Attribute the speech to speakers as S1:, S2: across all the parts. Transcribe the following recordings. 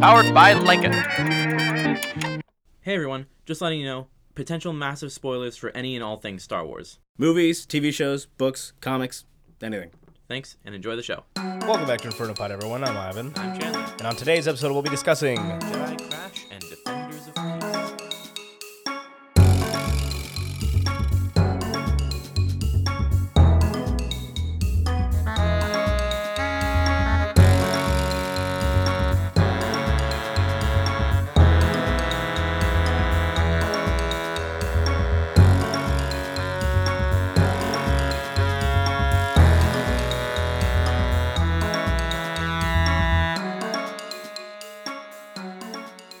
S1: Powered by Lincoln.
S2: Hey everyone, just letting you know potential massive spoilers for any and all things Star Wars.
S3: Movies, TV shows, books, comics, anything.
S2: Thanks and enjoy the show.
S4: Welcome back to Inferno Pod, everyone. I'm Ivan.
S2: I'm Chandler.
S4: And on today's episode, we'll be discussing.
S2: Jedi Crash and Defenders of Peace.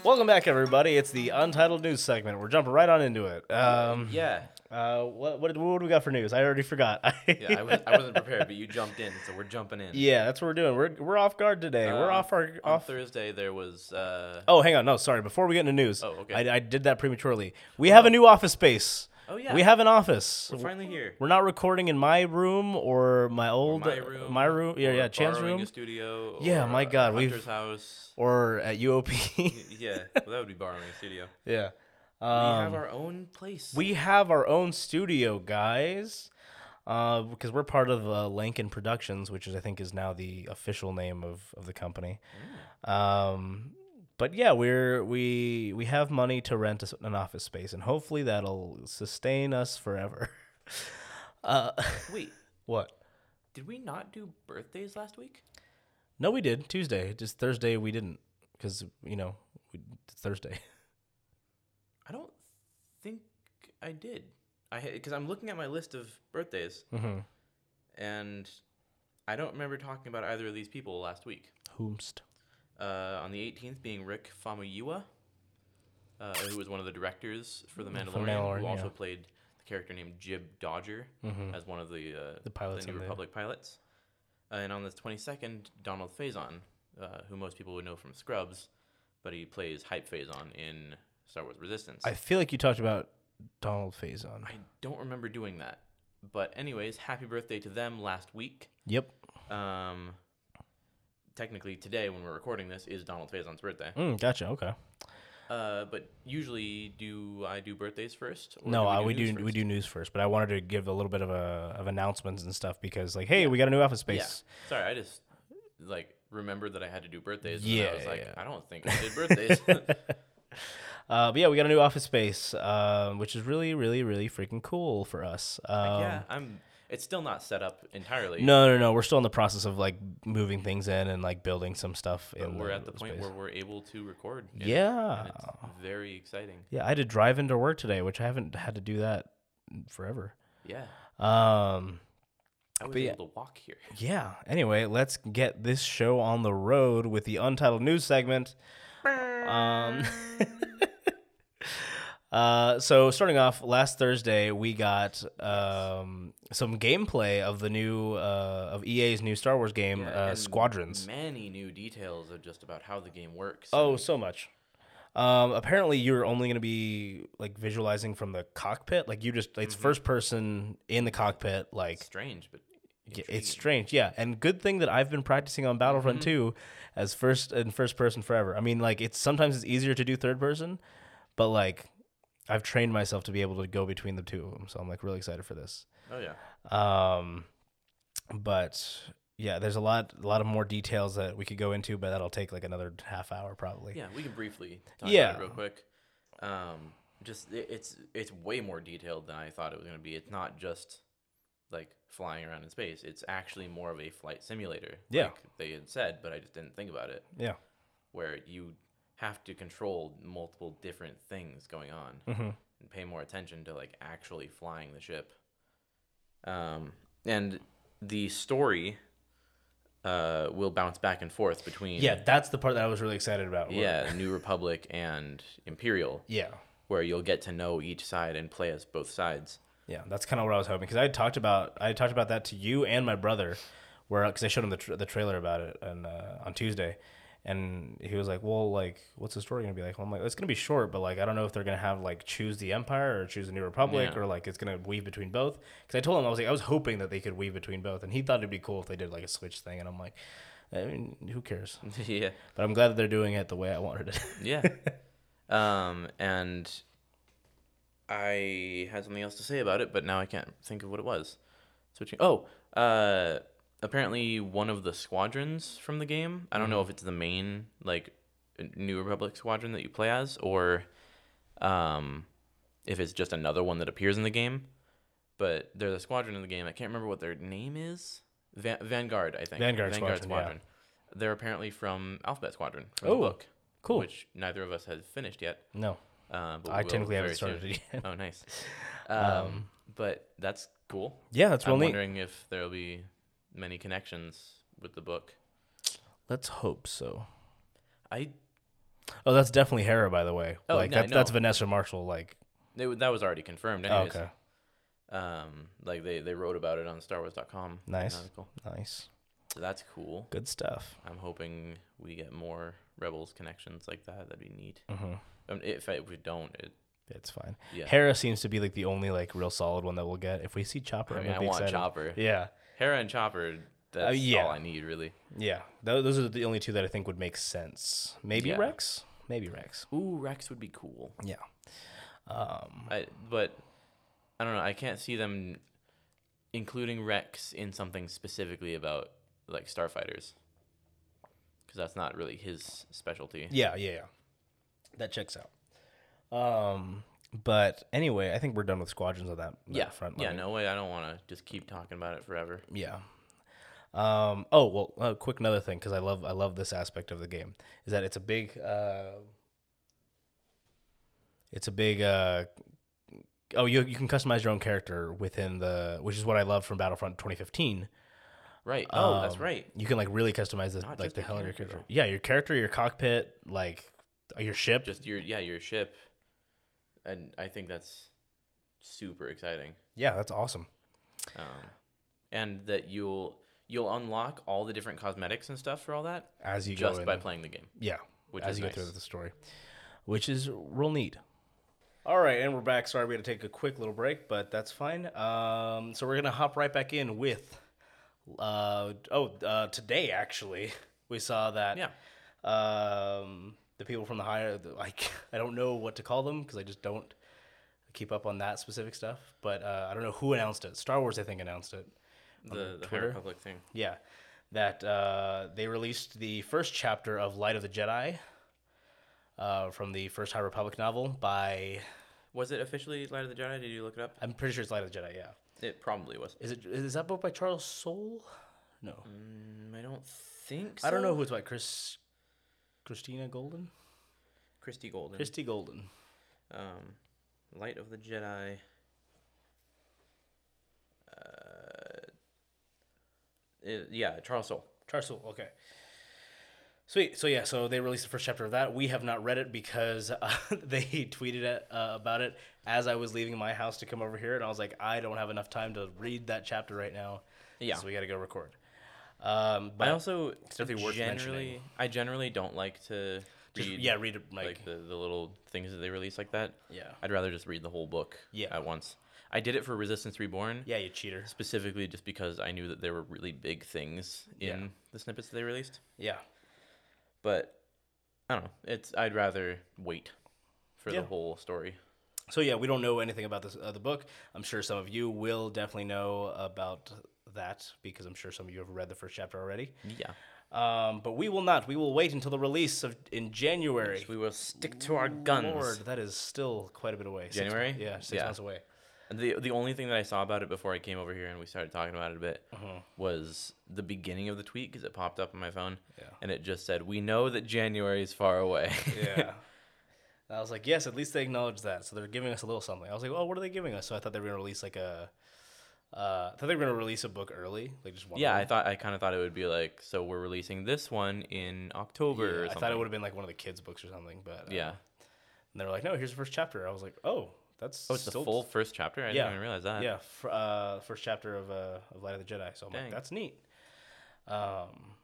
S4: Welcome back, everybody. It's the Untitled News segment. We're jumping right on into it. Um,
S2: Yeah.
S4: uh, what, what, did- what do we got for news? I already forgot.
S2: Yeah, I, was, I wasn't prepared, but you jumped in, so we're jumping in.
S4: Yeah, that's what we're doing. We're, we're off guard today. we're
S2: Uh,
S4: off our
S2: On
S4: off.
S2: Thursday, there was. Uh,
S4: Oh, hang on. No, sorry. Before we get into news,
S2: Oh, okay.
S4: I, I did that prematurely. We have a new office space.
S2: Oh, yeah.
S4: We have an office.
S2: We're finally here.
S4: We're not recording in my room or my old
S2: my room.
S4: my room. Yeah,
S2: Or
S4: yeah, Chan's
S2: borrowing
S4: room
S2: A studio.
S4: Yeah,
S2: or
S4: my God,
S2: a
S4: we've-
S2: Hunter's house.
S4: or at UOP.
S2: Yeah, well, that would be borrowing a studio.
S4: yeah.
S2: we
S4: Um,
S2: have our own place.
S4: We have our own studio, guys, uh, because we're part of uh, Lankin Productions, which is I think is now the official name of, of the company. Um, but yeah, we're we we have money to rent a s an office space, and hopefully that'll sustain us forever. uh,
S2: Wait,
S4: what?
S2: did we not do birthdays last week?
S4: No, we did Tuesday. Just Thursday we didn't, because you know we, it's Thursday.
S2: I don't think I did. I because I'm looking at my list of birthdays,
S4: Mhm.
S2: and I don't remember talking about either of these people last week.
S4: Whomst.
S2: Uh, on the 18th, being Rick Famuyiwa, uh, who was one of the directors for The Mandalorian,
S4: Mandalorian,
S2: who also
S4: yeah. Mm-hmm.
S2: played the character named Jib Dodger as one of the uh,
S4: The pilots
S2: New
S4: in the-
S2: Republic pilots. Uh, and on the 22nd, Donald Faison, uh, who most people would know from Scrubs, but he plays Hype Faison in Star Wars Resistance.
S4: I feel like you talked about Donald Faison.
S2: I don't remember doing that. But anyways, happy birthday to them last week.
S4: Yep.
S2: Um, technically today, when we're recording this, is Donald Faison's birthday.
S4: Mm, gotcha. Okay.
S2: Uh, but usually, do I do birthdays first? Or
S4: No, uh, we
S2: news
S4: do we
S2: first?
S4: do news first, but I wanted to give a little bit of a of announcements and stuff because like, hey, we got a new office
S2: Yeah.
S4: space.
S2: Sorry, I just like remembered that I had to do birthdays. and then
S4: Yeah,
S2: I was like,
S4: yeah.
S2: I don't think I did birthdays.
S4: Uh, but yeah, we got a new office space, um, which is really, really, really freaking cool for us. Um,
S2: yeah, I'm. It's still not set up entirely.
S4: No, no, no. We're still in the process of like moving things in and like building some stuff.
S2: but
S4: in
S2: we're at the point
S4: space.
S2: where we're able to record. and-
S4: yeah,
S2: and it's very exciting.
S4: yeah. I had to drive into work today, which I haven't had to do that in forever.
S2: Yeah,
S4: Um,
S2: I was
S4: But yeah.
S2: able to walk here.
S4: Yeah. Anyway, let's get this show on the road with the untitled news segment. Um, uh, so starting off last Thursday, we got um, some gameplay of the new uh, of EA's new Star Wars game,
S2: Yeah,
S4: uh,
S2: and
S4: Squadrons.
S2: Many new details of just about how the game works.
S4: Oh, so much. Um, apparently, you're only going to be like visualizing from the cockpit. Like you just,
S2: Mm-hmm.
S4: it's first person in the cockpit. Like
S2: strange, but
S4: Yeah, it's strange, yeah, and good thing that I've been practicing on Battlefront 2 as first and first person forever. I mean, like it's sometimes it's easier to do third person, but like I've trained myself to be able to go between the two of them, so I'm like really excited for this.
S2: oh yeah,
S4: Um, but yeah, there's a lot, a lot of more details that we could go into, but that'll take like another half hour probably.
S2: yeah. We can briefly talk about
S4: Yeah.
S2: it real quick. Um, just it, it's it's way more detailed than I thought it was going to be. It's not just like flying around in space. It's actually more of a flight simulator.
S4: Yeah.
S2: like they had said, but I just didn't think about it.
S4: yeah.
S2: Where you have to control multiple different things going on and pay more attention to like actually flying the ship. Um, and the story uh, will bounce back and forth between
S4: Yeah, that's the part that I was really excited about. where-
S2: yeah, New Republic and Imperial,
S4: yeah,
S2: where you'll get to know each side and play as both sides.
S4: yeah. That's kind of what I was hoping because I had talked about, I had talked about that to you and my brother, where because I showed him the, tr the trailer about it and uh, on Tuesday, and he was like, "Well, like, what's the story gonna be like?" Well, I'm like, "It's gonna be short, but like, I don't know if they're gonna have like choose the Empire or choose the New Republic
S2: Yeah.
S4: or like it's gonna weave between both." Because I told him I was like, I was hoping that they could weave between both, and he thought it'd be cool if they did like a switch thing, and I'm like, I mean, who cares?
S2: yeah.
S4: But I'm glad that they're doing it the way I wanted it.
S2: Yeah. um, and I had something else to say about it, but now I can't think of what it was. Switching. Oh, uh, apparently one of the squadrons from the game. I don't
S4: Mm-hmm.
S2: know if it's the main like New Republic squadron that you play as, or um, if it's just another one that appears in the game. But there's a squadron in the game. I can't remember what their name is. Va- Vanguard, I think.
S4: Vanguard squadron, yeah.
S2: They're apparently from Alphabet Squadron from
S4: Oh.
S2: the book
S4: cool.
S2: which neither of us has finished yet.
S4: no,
S2: Uh, but
S4: I
S2: we will
S4: technically
S2: very
S4: haven't
S2: soon.
S4: started it yet.
S2: Oh, nice. Um, but that's cool.
S4: Yeah, that's real
S2: I'm
S4: neat.
S2: wondering if there'll be many connections with the book.
S4: Let's hope so.
S2: I
S4: Oh, that's definitely Hera, by the way.
S2: Oh,
S4: like
S2: no,
S4: that, that's
S2: no.
S4: Vanessa Marshall. Like,
S2: it, wa- that was already confirmed.
S4: oh,
S2: Anyways.
S4: okay,
S2: Um, like they, they wrote about it on StarWars.com. an
S4: Nice.
S2: article.
S4: nice,
S2: So that's cool.
S4: good stuff.
S2: I'm hoping we get more Rebels connections like that. That'd be neat.
S4: hmm
S2: Um, if, I, if we don't, it,
S4: It's fine.
S2: yeah.
S4: Hera seems to be like the only like real solid one that we'll get. If we see Chopper,
S2: I
S4: I
S2: mean, I
S4: be
S2: want
S4: excited.
S2: Chopper.
S4: Yeah,
S2: Hera and Chopper. That's
S4: Uh, yeah.
S2: all I need, really.
S4: yeah. Tho- those are the only two that I think would make sense. Maybe
S2: Yeah.
S4: Rex. Maybe Rex.
S2: Ooh, Rex would be cool.
S4: Yeah. Um.
S2: I but I don't know. I can't see them including Rex in something specifically about like starfighters because that's not really his specialty.
S4: Yeah, yeah, yeah. That checks out. Um, but anyway, I think we're done with squadrons on that, that
S2: Yeah,
S4: front.
S2: yeah.
S4: Let me-
S2: No way. I don't want to just keep talking about it forever.
S4: yeah. Um, oh well, uh, quick another thing because I love I love this aspect of the game is that it's a big uh, it's a big uh, oh you you can customize your own character within the which is what I love from Battlefront 2015
S2: Right. Oh, that's
S4: Um,
S2: right.
S4: you can like really customize this
S2: Not
S4: like
S2: just
S4: the
S2: the
S4: hell out of your
S2: character.
S4: character yeah your character your cockpit like your ship
S2: Just your yeah your ship, and I think that's super exciting.
S4: yeah that's awesome
S2: Um, and that you'll you'll unlock all the different cosmetics and stuff for all that
S4: as you go
S2: just
S4: in.
S2: by playing the game.
S4: Yeah,
S2: Which
S4: as
S2: is
S4: you go
S2: nice.
S4: through the story, which is real neat. All right, and we're back. Sorry, we had to take a quick little break, but that's fine. Um, so we're gonna hop right back in with, uh, oh, uh, today actually we saw that.
S2: Yeah.
S4: Um, the people from the higher, the- like I don't know what to call them because I just don't keep up on that specific stuff. But uh, I don't know who announced it. Star Wars, I think, announced it.
S2: The, the High
S4: Twitter?
S2: Republic thing.
S4: Yeah, that uh, they released the first chapter of Light of the Jedi uh, from the first High Republic novel by
S2: Was it officially Light of the Jedi? Did you look it up?
S4: I'm pretty sure it's Light of the Jedi. Yeah,
S2: It probably was.
S4: is it is that book by Charles Soule? No,
S2: Mm, I don't think.
S4: I don't
S2: so.
S4: know who it's by. Chris, Christina Golden,
S2: Christy Golden.
S4: Christy Golden.
S2: um, Light of the Jedi. Uh, it- yeah, Charles Soule.
S4: Charles Soule. Okay. Sweet. So yeah, so they released the first chapter of that. We have not read it because uh, they tweeted it, uh, about it as I was leaving my house to come over here, and I was like, I don't have enough time to read that chapter right now.
S2: Yeah.
S4: So we got to go record. Um, but
S2: I also
S4: definitely worth
S2: generally, I generally don't like to
S4: just,
S2: read
S4: yeah, read it like,
S2: like, the, the little things that they release like that.
S4: yeah,
S2: I'd rather just read the whole book
S4: Yeah.
S2: at once. I did it for Resistance Reborn.
S4: yeah, you cheater.
S2: Specifically, just because I knew that there were really big things in
S4: Yeah.
S2: the snippets that they released.
S4: Yeah.
S2: but I don't know. It's I'd rather wait for
S4: Yeah.
S2: the whole story.
S4: So yeah, we don't know anything about this uh, the book. I'm sure some of you will definitely know about that because I'm sure some of you have read the first chapter already.
S2: Yeah,
S4: Um, but we will not. We will wait until the release of in January.
S2: we will stick to our guns.
S4: Lord, that is still quite a bit away. Six
S2: January?
S4: mon- yeah, six
S2: Yeah.
S4: months away.
S2: And the the only thing that I saw about it before I came over here and we started talking about it a bit
S4: Uh-huh.
S2: was the beginning of the tweet because it popped up on my phone.
S4: Yeah.
S2: and it just said, "We know that January is far away."
S4: Yeah. I was like, yes, at least they acknowledge that. So they're giving us a little something. I was like, oh, what are they giving us? So I thought they were gonna release like a, uh, I thought they were gonna release a book early, like just one.
S2: yeah, I
S4: I,
S2: thought I kind of thought it would be like, so we're releasing this one in October. or
S4: I
S2: something.
S4: thought it would have been like one of the kids' books or something, but uh,
S2: Yeah.
S4: And they were like, no, here's the first chapter. I was like, oh, that's
S2: Oh, it's the
S4: still-
S2: full first chapter. I
S4: Yeah.
S2: didn't even realize that.
S4: yeah, fr- uh, first chapter of uh, of Light of the Jedi. So I'm
S2: Dang.
S4: like, that's neat. Um,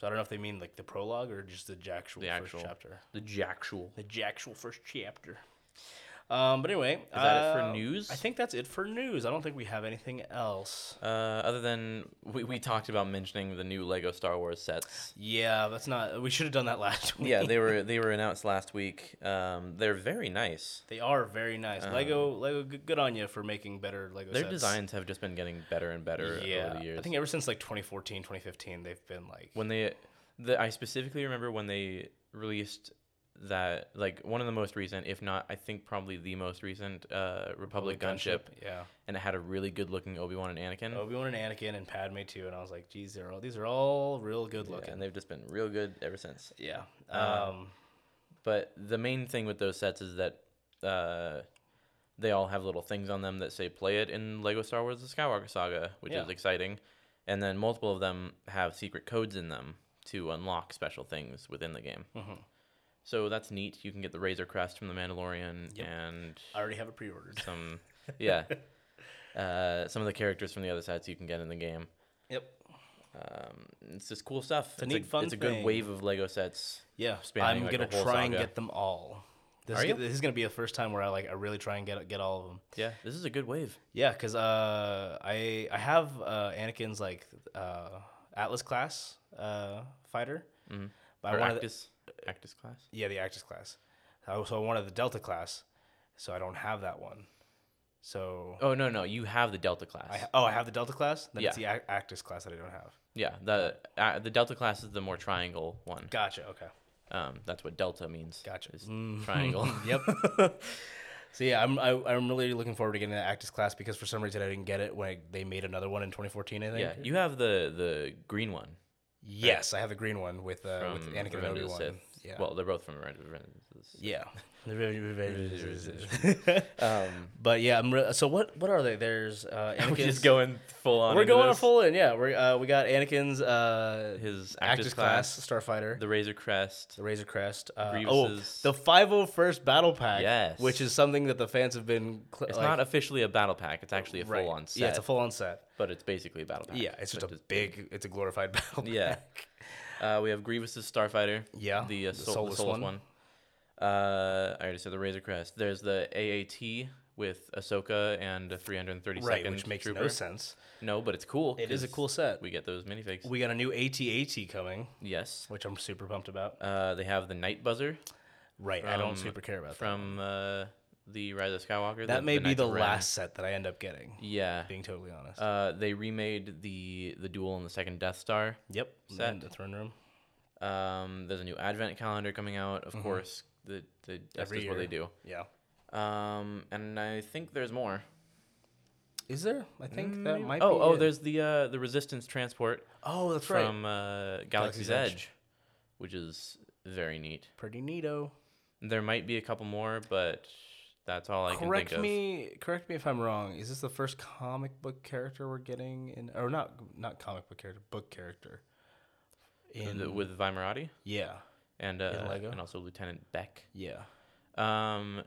S4: so I don't know if they mean like the prologue or just the actual
S2: The
S4: first
S2: actual.
S4: chapter.
S2: The actual.
S4: The actual first chapter. Um, but anyway, is
S2: that it for news?
S4: I think that's it for news. I don't think we have anything else.
S2: Uh, other than we, we talked about mentioning the new Lego Star Wars sets.
S4: Yeah, that's not. We should have done that last week.
S2: Yeah, they were they were announced last week. Um, they're very nice.
S4: They are very nice. Lego, Lego, good, good on you for making better Lego
S2: Uh-huh. Their
S4: sets.
S2: designs have just been getting better and better
S4: yeah.
S2: over the years.
S4: I think ever since like 2014, 2015, they've been like.
S2: when they the I specifically remember when they released that like one of the most recent, if not I think probably the most recent uh, Republic, gunship,
S4: Yeah.
S2: and it had a really good looking Obi Wan and Anakin.
S4: Obi Wan and Anakin and Padme too, and I was like, geez, they're all these are all real good
S2: Yeah,
S4: looking.
S2: and they've just been real good ever since.
S4: Yeah. Um,
S2: But the main thing with those sets is that uh, they all have little things on them that say "Play it" in Lego Star Wars: The Skywalker Saga, which
S4: Yeah.
S2: is exciting. And then multiple of them have secret codes in them to unlock special things within the game.
S4: Mm-hmm.
S2: So that's neat. You can get the Razor Crest from the Mandalorian and
S4: I already have it pre-ordered.
S2: some, yeah, uh, some of the characters from the other sets you can get in the game.
S4: Yep.
S2: Um, it's just cool stuff. It's,
S4: neat, fun
S2: It's a good
S4: thing.
S2: wave of Lego sets.
S4: Yeah.
S2: spanning,
S4: I'm
S2: like,
S4: gonna
S2: a whole
S4: try and
S2: saga.
S4: get them all. This
S2: Are
S4: is,
S2: you?
S4: gonna- this is gonna be the first time where I like I really try and get get all of them.
S2: Yeah, this is a good wave.
S4: Yeah, because uh, I I have uh, Anakin's like uh, Atlas class uh, fighter. Mm. But
S2: Mm-hmm. Or
S4: I wanted
S2: Actus, Actus class.
S4: yeah the Actus class. I, so I wanted the Delta class, so I don't have that one. So
S2: Oh no, no, you have the Delta class.
S4: I, oh I have the Delta class. Then it's the
S2: Yeah.
S4: Ac- Actus class that I don't have.
S2: yeah, the uh, the Delta class is the more triangle one.
S4: Gotcha. Okay.
S2: Um, that's what Delta means.
S4: Gotcha. Mm,
S2: is Triangle.
S4: Yep. so yeah, I'm I, I'm really looking forward to getting that Actus class because for some reason I didn't get it when I, they made another one in 2014. I think.
S2: yeah, you have the the green one
S4: Yes, I have the green one with uh,
S2: from
S4: with Anakin and
S2: Revenge
S4: Obi
S2: of the
S4: Wan.
S2: Sith.
S4: Yeah.
S2: Well, they're both from Revenge of the Sith.
S4: Yeah. Um, but yeah, I'm re- so what? What are they? There's uh,
S2: We're
S4: Anakin's.
S2: just going full on.
S4: we're
S2: into
S4: going
S2: this.
S4: full in. Yeah, we're uh, we got Anakin's uh,
S2: His
S4: Actus,
S2: Actus
S4: class,
S2: class,
S4: Starfighter, the,
S2: the Razor Crest.
S4: Razor Crest. Uh, oh,
S2: Grievous's-
S4: the 501st Battle Pack.
S2: Yes.
S4: which is something that the fans have been. Cl-
S2: It's not officially a battle pack. It's actually a full on set.
S4: Yeah, it's a full on set.
S2: but it's basically a battle pack.
S4: Yeah, it's just
S2: But
S4: a big. It's a glorified battle.
S2: Yeah.
S4: pack.
S2: Uh, we have Grievous's Starfighter.
S4: Yeah,
S2: The, uh,
S4: Oh, the
S2: soul,
S4: soulless
S2: the soulless
S4: one.
S2: one. Uh, I already said the Razor Crest. There's the AAT with Ahsoka and a 332nd
S4: Right, which makes
S2: trooper.
S4: no sense.
S2: No, but it's cool.
S4: It is a
S2: 'cause
S4: cool set.
S2: We get those minifigs.
S4: We got a new AT-AT coming,
S2: yes.
S4: which I'm super pumped about.
S2: Uh, they have the Night Buzzer
S4: Right, I don't
S2: from-
S4: super care about that.
S2: from uh, the Rise of Skywalker.
S4: That may be
S2: Knights
S4: the
S2: of Ren.
S4: last set that I end up getting.
S2: Yeah.
S4: Being totally honest.
S2: Uh, they remade the the duel in the second Death Star.
S4: yep.
S2: set.
S4: in The throne room.
S2: Um, there's a new Advent calendar coming out. Of course, the the that's
S4: Mm-hmm. Every
S2: just what they
S4: year.
S2: do.
S4: Yeah.
S2: Um, and I think there's more.
S4: Is there? I think that might.
S2: Oh,
S4: be
S2: oh,
S4: it.
S2: there's the uh, the Resistance transport
S4: Oh, that's right.
S2: from uh, Galaxy's
S4: Galaxy's Edge.
S2: Edge, which is very neat.
S4: Pretty neato.
S2: There might be a couple more, but that's all I can
S4: Correct
S2: think
S4: me. Correct me if I'm wrong. Is this the first comic book character we're getting in, or not? Not comic book character, book
S2: of.
S4: character. In
S2: The- With Vimerati
S4: yeah,
S2: and uh,
S4: Lego?
S2: and also Lieutenant Beck.
S4: yeah,
S2: Um,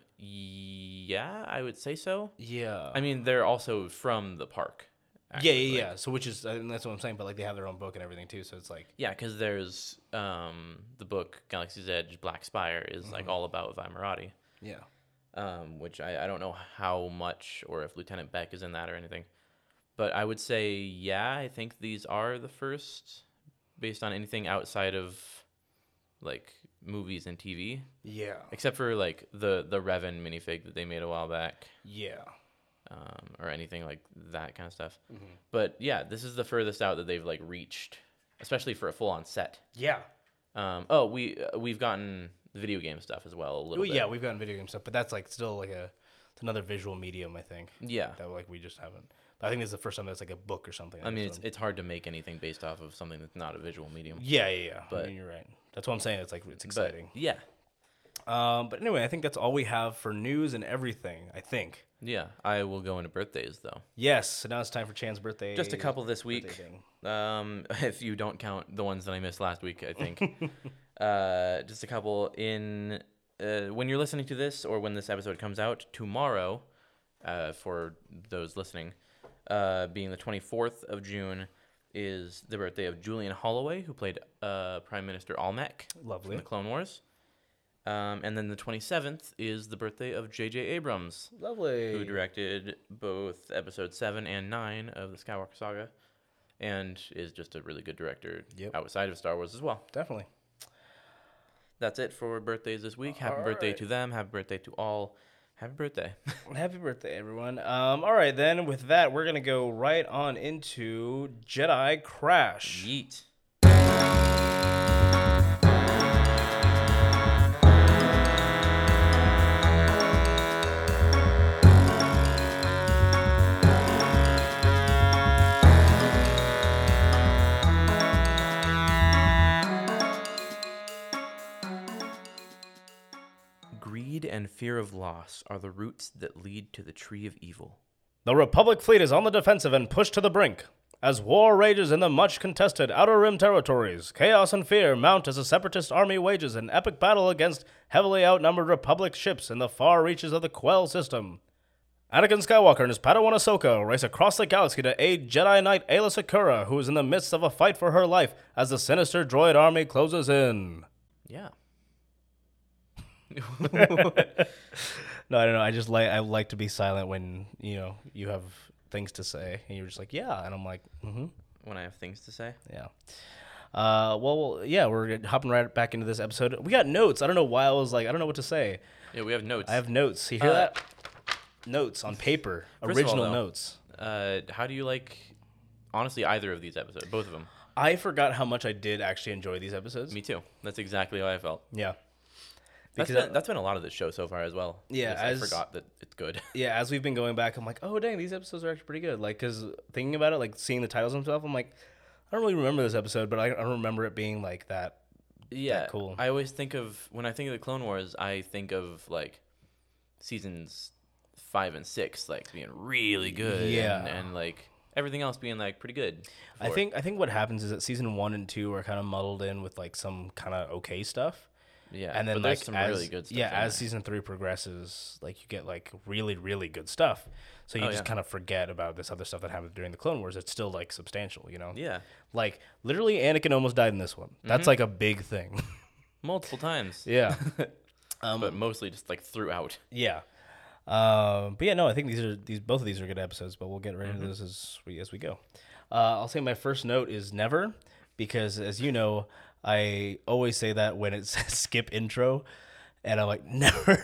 S2: yeah, I would say so.
S4: yeah.
S2: I mean, they're also from the park.
S4: yeah,
S2: actually.
S4: yeah, yeah. So which is and that's what I'm saying. But like they have their own book and everything too. So it's like
S2: Yeah, because there's um, the book Galaxy's Edge Black Spire is like
S4: Mm-hmm.
S2: all about Vimerati,
S4: yeah.
S2: um, which I, I don't know how much or if Lieutenant Beck is in that or anything. But I would say, yeah, I think these are the first based on anything outside of like movies and TV,
S4: Yeah.
S2: except for like the, the Revan minifig that they made a while back
S4: Yeah.
S2: um, or anything like that kind of stuff. But yeah, this is the furthest out that they've like reached, especially for a full on set.
S4: Yeah.
S2: Um, oh, we uh, we've gotten video game stuff as well a little
S4: Well,
S2: bit.
S4: Oh, yeah, we've gotten video game stuff, but that's like still like a it's another visual medium, I think.
S2: Yeah.
S4: That like we just haven't. But I think this is the first time that's like a book or something.
S2: I mean, it's it's hard to make anything based off of something that's not a visual medium.
S4: yeah, yeah, yeah. I
S2: but-
S4: mean, you're right. That's what I'm saying. It's like it's
S2: But
S4: exciting.
S2: yeah,
S4: um, but anyway, I think that's all we have for news and everything. I think.
S2: yeah, I will go into birthdays though.
S4: Yes. So now it's time for Chan's birthday.
S2: Just a couple this week.
S4: thing.
S2: Um, if you don't count the ones that I missed last week, I think. uh, just a couple in uh, when you're listening to this or when this episode comes out tomorrow, uh, for those listening, uh, being the 24th of June, is the birthday of Julian Holloway, who played uh, Prime Minister Almec from
S4: Lovely.
S2: the Clone Wars. Um, and then the 27th is the birthday of J.J. Abrams,
S4: Lovely.
S2: who directed both episode 7 and 9 of the Skywalker Saga and is just a really good director
S4: Yep.
S2: outside of Star Wars as well.
S4: Definitely.
S2: That's it for birthdays this week. Happy
S4: All
S2: birthday
S4: right.
S2: to them. Happy birthday to all. Happy birthday.
S4: Happy birthday, everyone. Um, all right, then with that, we're gonna go right on into Jedi Crash.
S2: Yeet. Greed and fear of loss are the roots that lead to the tree of evil.
S4: The Republic fleet is on the defensive and pushed to the brink. As war rages in the much contested Outer Rim territories, chaos and fear mount as the Separatist army wages an epic battle against heavily outnumbered Republic ships in the far reaches of the Quell system. Anakin Skywalker and his Padawan Ahsoka race across the galaxy to aid Jedi Knight Ayla Sakura, who is in the midst of a fight for her life as the sinister droid army closes in.
S2: Yeah.
S4: No, I don't know. I just like I like to be silent when you know you have things to say, and you're just like, yeah, and I'm like, mm-hmm,
S2: When I have things to say.
S4: yeah. Uh, well, yeah, we're hopping right back into this episode. We got notes. I don't know why I was like, I don't know what to say.
S2: Yeah, we have notes.
S4: I have notes. You hear
S2: Uh,
S4: that? Notes on paper,
S2: First of all,
S4: original
S2: though-
S4: notes.
S2: Uh, how do you like, honestly, either of these episodes? Both of them.
S4: I forgot how much I did actually enjoy these episodes.
S2: Me too. That's exactly how I felt.
S4: yeah,
S2: That's
S4: Because
S2: been,
S4: I-
S2: that's been a lot of the show so far as well.
S4: Yeah,
S2: Because
S4: as-
S2: I forgot that it's good.
S4: yeah. As we've been going back, I'm like, oh dang, these episodes are actually pretty good. Like, cause thinking about it, like seeing the titles and stuff, I'm like, I don't really remember this episode, but I, I remember it being like that.
S2: yeah,
S4: cool.
S2: I always think of when I think of the Clone Wars, I think of like seasons five and six like being really good.
S4: Yeah.
S2: and, and like everything else being like pretty good.
S4: I
S2: for it.
S4: think I think what happens is that season one and two are kind of muddled in with like some kind of okay stuff,
S2: Yeah,
S4: and then
S2: but
S4: like
S2: there's some
S4: as,
S2: really good stuff.
S4: yeah,
S2: in
S4: as
S2: there.
S4: season three progresses, like you get like really really good stuff, so you
S2: Oh,
S4: just
S2: yeah.
S4: kind of forget about this other stuff that happened during the Clone Wars. It's still like substantial, you know.
S2: yeah, Mm-hmm.
S4: Like literally, Anakin almost died in this one. That's like a big thing.
S2: multiple times.
S4: yeah, Um,
S2: but mostly just like throughout.
S4: yeah. Um, but yeah, no, I think these are these both of these are good episodes, but we'll get right
S2: Mm-hmm.
S4: into this as we as we go. Uh, I'll say my first note is never because, as you know, I always say that when it says skip intro, and I'm like never.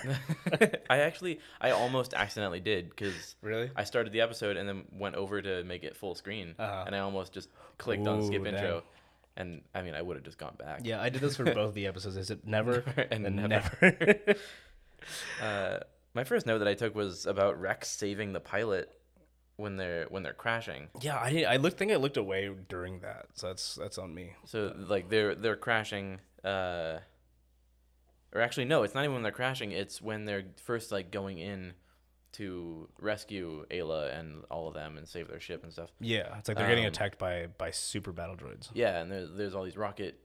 S2: I actually, I almost accidentally did because
S4: Really?
S2: I started the episode and then went over to make it full screen, and I almost just clicked on skip
S4: Uh-huh. Ooh, dang.
S2: intro, and I mean I would have just gone back.
S4: yeah, I did this for both the episodes. Is it never
S2: and
S4: and,
S2: never.
S4: never?
S2: Uh, my first note that I took was about Rex saving the pilot when they're when they're crashing.
S4: yeah, I did, I looked think I looked away during that, so that's that's on me.
S2: So like they're they're crashing. Uh, or actually, no, it's not even when they're crashing. It's when they're first like going in to rescue Ayla and all of them and save their ship and stuff.
S4: Yeah, it's like they're getting
S2: Um,
S4: attacked by by super battle droids.
S2: Yeah, and there's there's all these rocket.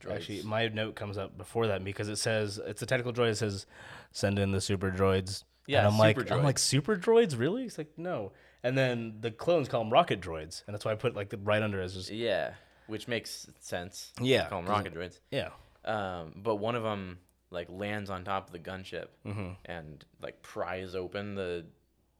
S2: Droids.
S4: Actually, my note comes up before that because it says it's a technical droid. It says send in the super droids.
S2: Yeah,
S4: and I'm like,
S2: super
S4: I'm
S2: droids.
S4: like super droids, really? It's like no. And then the clones call them rocket droids, and that's why I put like the right under as just
S2: Yeah, which makes sense.
S4: Yeah,
S2: Just call them
S4: 'cause-
S2: rocket droids.
S4: yeah,
S2: Um, but one of them like lands on top of the gunship
S4: Mm-hmm.
S2: and like pries open the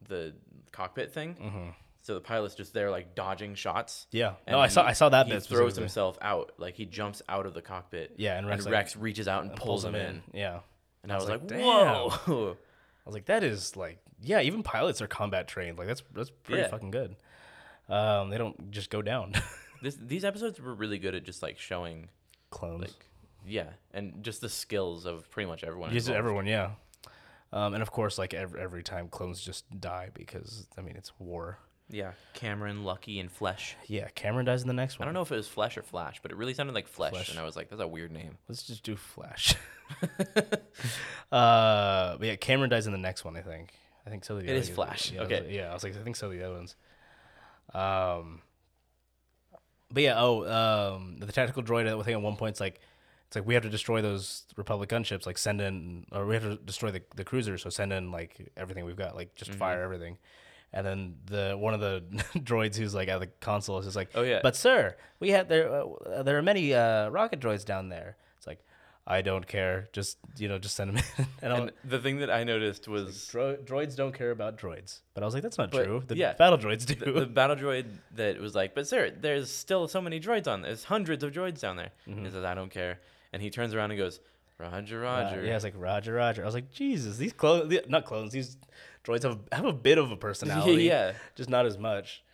S2: the cockpit thing. So the pilot's just there like dodging shots.
S4: Mm-hmm. yeah.
S2: And
S4: no, I saw
S2: he-
S4: I saw that
S2: He
S4: bit.
S2: throws
S4: specifically.
S2: himself out, like he jumps out of the cockpit.
S4: Yeah, and Rex, like,
S2: reaches out and, pulls, him in.
S4: Yeah,
S2: And I was like,
S4: like,
S2: "Whoa!"
S4: I was like, that is like yeah. Even pilots are combat trained. Like that's that's pretty
S2: Yeah.
S4: fucking good. Um, they don't just go down.
S2: this, these episodes were really good at just like showing,
S4: Clones.
S2: yeah, and just the skills of pretty much everyone.
S4: Just
S2: involved.
S4: everyone, yeah. Um, and of course, like every, every time, clones just die because I mean it's war.
S2: Yeah, Cameron, Lucky, and Flesh.
S4: Yeah, Cameron dies in the next one.
S2: I don't know if it was Flesh or Flash, but it really sounded like Flesh, and I was like, "That's a weird name."
S4: Let's just do Flash. uh, but yeah, Cameron dies in the next one. I think. I think so. The other-
S2: is Flash,
S4: Yeah, I was
S2: okay.
S4: like- yeah, I was like, I think so. The other ones. Um. But yeah, oh, um, the tactical droid. I think at one point it's like, it's like we have to destroy those Republic gunships. Like send in, or we have to destroy the, the cruiser. So send in like everything we've got. Like
S2: Mm-hmm.
S4: just fire everything. And then the one of the droids who's like at the console is just like,
S2: Oh, yeah.
S4: but sir, we had there. Uh, there are many uh, rocket droids down there. It's like, I don't care. Just you know, just send them in. and I'll,
S2: And the thing that I noticed was
S4: dro- droids don't care about droids. But I was like, that's not
S2: But,
S4: true. The
S2: yeah.
S4: battle droids do.
S2: the battle droid that was like, but sir, there's still so many droids on there. There's hundreds of droids down there. He says, I don't care. And he turns around and goes, Roger, Roger.
S4: Mm-hmm. Uh, yeah, it's like Roger, Roger. I was like, Jesus, these clones, the- not clones, these droids have have a bit of a personality.
S2: Yeah.
S4: just not as much.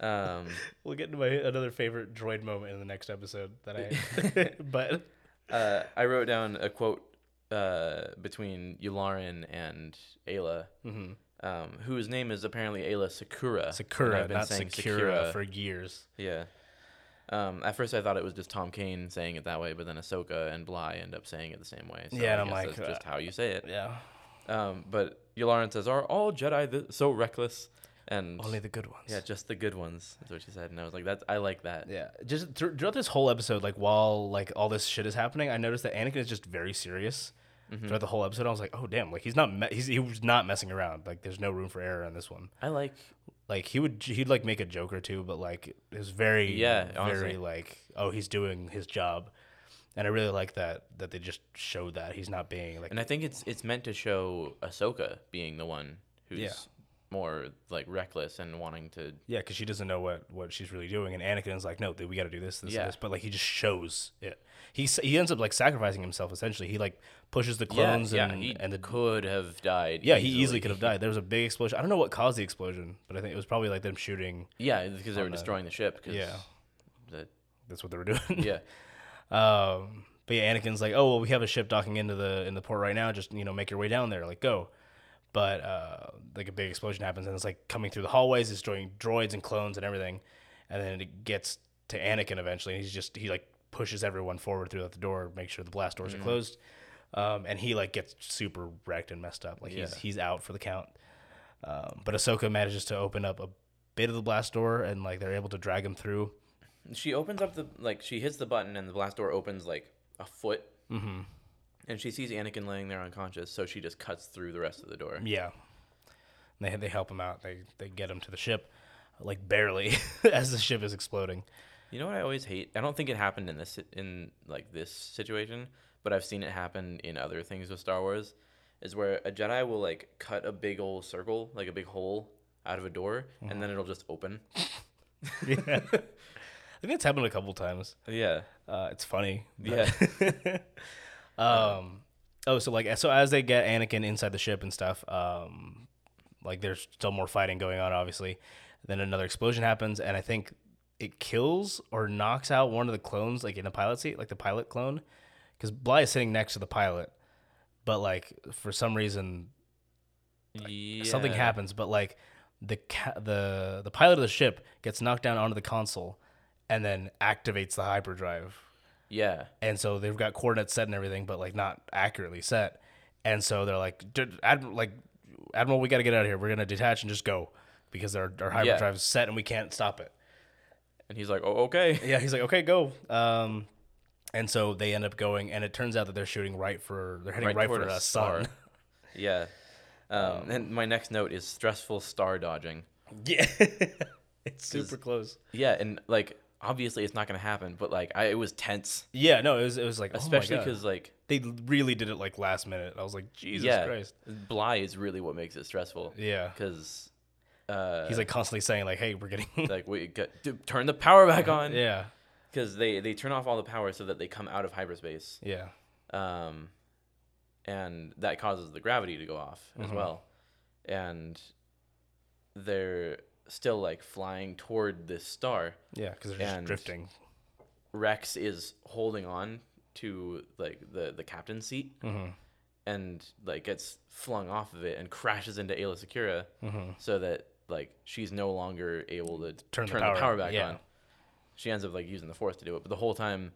S2: Um,
S4: We'll get into my another favorite droid moment in the next episode that I. but
S2: uh, I wrote down a quote uh, between Yularen and Ayla,
S4: Mm-hmm.
S2: um, whose name is apparently Ayla Sakura. and
S4: Sakura,
S2: I've been
S4: not
S2: saying
S4: Sakura,
S2: Sakura.
S4: for years.
S2: Yeah. Um, at first, I thought it was just Tom Kane saying it that way, but then Ahsoka and Bly end up saying it the same way. So
S4: Yeah, and
S2: I
S4: I'm
S2: guess
S4: like,
S2: that's
S4: uh,
S2: just how you say it.
S4: Yeah,
S2: Um, but Yularen says, "Are all Jedi th- so reckless?" And
S4: only the good ones.
S2: yeah, just the good ones. That's what she said, and I was like, "That's I like that."
S4: Yeah, just thr- throughout this whole episode, like while like all this shit is happening, I noticed that Anakin is just very serious
S2: Mm-hmm.
S4: throughout the whole episode. I was like, oh damn, like he's not me- he's he was not messing around. Like there's no room for error in this one.
S2: I like.
S4: Like he would he'd like make a joke or two, but like it was very
S2: Yeah, honestly.
S4: very like oh he's doing his job, and I really like that that they just showed that he's not being like
S2: And I think it's it's meant to show Ahsoka being the one who's
S4: Yeah.
S2: more like reckless and wanting to.
S4: yeah because she doesn't know what what she's really doing, and Anakin is like no dude, we got to do this this
S2: Yeah.
S4: and this, but like he just shows it. He s- he ends up like sacrificing himself essentially. He like pushes the clones
S2: yeah,
S4: and
S2: he
S4: and the
S2: could have died.
S4: Yeah, he easily could have died. There was a big explosion. I don't know what caused the explosion, but I think it was probably like them shooting.
S2: Yeah, because they were destroying the ship. 'cause
S4: Yeah.
S2: the-
S4: That's what they were doing.
S2: yeah.
S4: Um, but yeah, Anakin's like, "Oh well, we have a ship docking into the in the port right now. Just you know, make your way down there. Like, go." But uh, like a big explosion happens, and it's like coming through the hallways, destroying droids and clones and everything. And then it gets to Anakin eventually, and he's just he like pushes everyone forward throughout the door, make sure the blast doors are closed. Um, and he like gets super wrecked and messed up. Like he's
S2: Yeah.
S4: he's out for the count. Um, but Ahsoka manages to open up a bit of the blast door, and like they're able to drag him through.
S2: She opens up the like she hits the button and the blast door opens like a foot. Mm-hmm. And she sees Anakin laying there unconscious, so she just cuts through the rest of the door.
S4: Yeah. And they they help him out. They they get him to the ship, like barely, as the ship is exploding.
S2: You know what I always hate? I don't think it happened in this in like this situation, but I've seen it happen in other things with Star Wars, is where a Jedi will like cut a big old circle, like a big hole out of a door, and then it'll just open.
S4: Yeah. I think it's happened a couple times.
S2: Yeah.
S4: Uh, it's funny.
S2: Yeah.
S4: Um. Oh, so like so as they get Anakin inside the ship and stuff, um, like there's still more fighting going on, obviously. Then another explosion happens, and I think it kills or knocks out one of the clones, like in the pilot seat, like the pilot clone, because Bly is sitting next to the pilot, but like for some reason something
S2: Yeah.
S4: happens, but like the ca- the the pilot of the ship gets knocked down onto the console, and then activates the hyperdrive,
S2: Yeah.
S4: and so they've got coordinates set and everything, but like not accurately set, and so they're like, "Dude, Admiral, like Admiral, we got to get out of here. We're gonna detach and just go because our our hyperdrive is set and we can't stop it.
S2: And he's like, "Oh, okay."
S4: Yeah, he's like, okay, go. Um, and so they end up going, and it turns out that they're shooting right for they're heading right,
S2: Right
S4: for
S2: toward a
S4: the sun.
S2: star. Yeah. Um, and my next note is stressful star dodging.
S4: yeah, it's super close.
S2: Yeah, and like obviously it's not gonna happen, but like I it was tense,
S4: Yeah, no, it was it was like
S2: especially
S4: oh my God.
S2: because like
S4: they really did it like last minute. I was like, Jesus
S2: yeah,
S4: Christ.
S2: Bly is really what makes it stressful.
S4: Yeah.
S2: because uh,
S4: He's like constantly saying like, hey, we're getting
S2: like we got, dude, turn the power back on
S4: Yeah.
S2: because they they turn off all the power so that they come out of hyperspace.
S4: Yeah.
S2: um, and that causes the gravity to go off as
S4: Mm-hmm.
S2: well. And they're still like flying toward this star.
S4: Yeah, because they're just
S2: And-
S4: drifting.
S2: Rex is holding on to like the the captain's seat,
S4: Mm-hmm.
S2: and like gets flung off of it and crashes into Ayla Secura, so that like she's no longer able to
S4: Mm-hmm. Turn
S2: turn,
S4: the
S2: the,
S4: power-
S2: power, back
S4: yeah.
S2: on. She ends up like using the force to do it, but the whole time,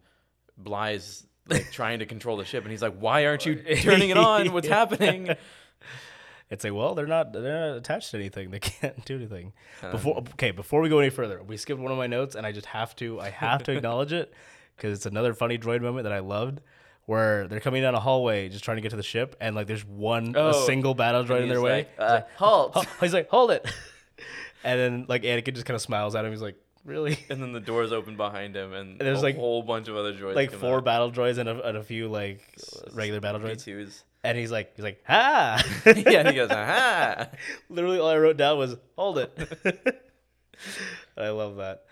S2: Bly's like trying to control the ship, and he's like, "Why aren't you turning it on? What's happening?"
S4: It's like, well, they're not they're not attached to anything. They can't do anything.
S2: Um,
S4: Before okay, before we go any further, we skipped one of my notes, and I just have to I have to acknowledge it because it's another funny droid moment that I loved. Where they're coming down a hallway, just trying to get to the ship, and like there's one a
S2: Oh.
S4: single battle droid in
S2: He's
S4: their way.
S2: like, uh, halt.
S4: He's like, hold it, and then like Anakin just kind of smiles at him. He's like, really?
S2: And then the doors open behind him, and
S4: there's,
S2: there's a
S4: like-
S2: like whole bunch of other droids.
S4: like
S2: come
S4: four
S2: out.
S4: battle droids and a, and a few like regular battle droids.
S2: B2s.
S4: And he's like, he's like, ha!
S2: yeah, he goes, aha.
S4: Literally, all I wrote down was "hold it." I love that.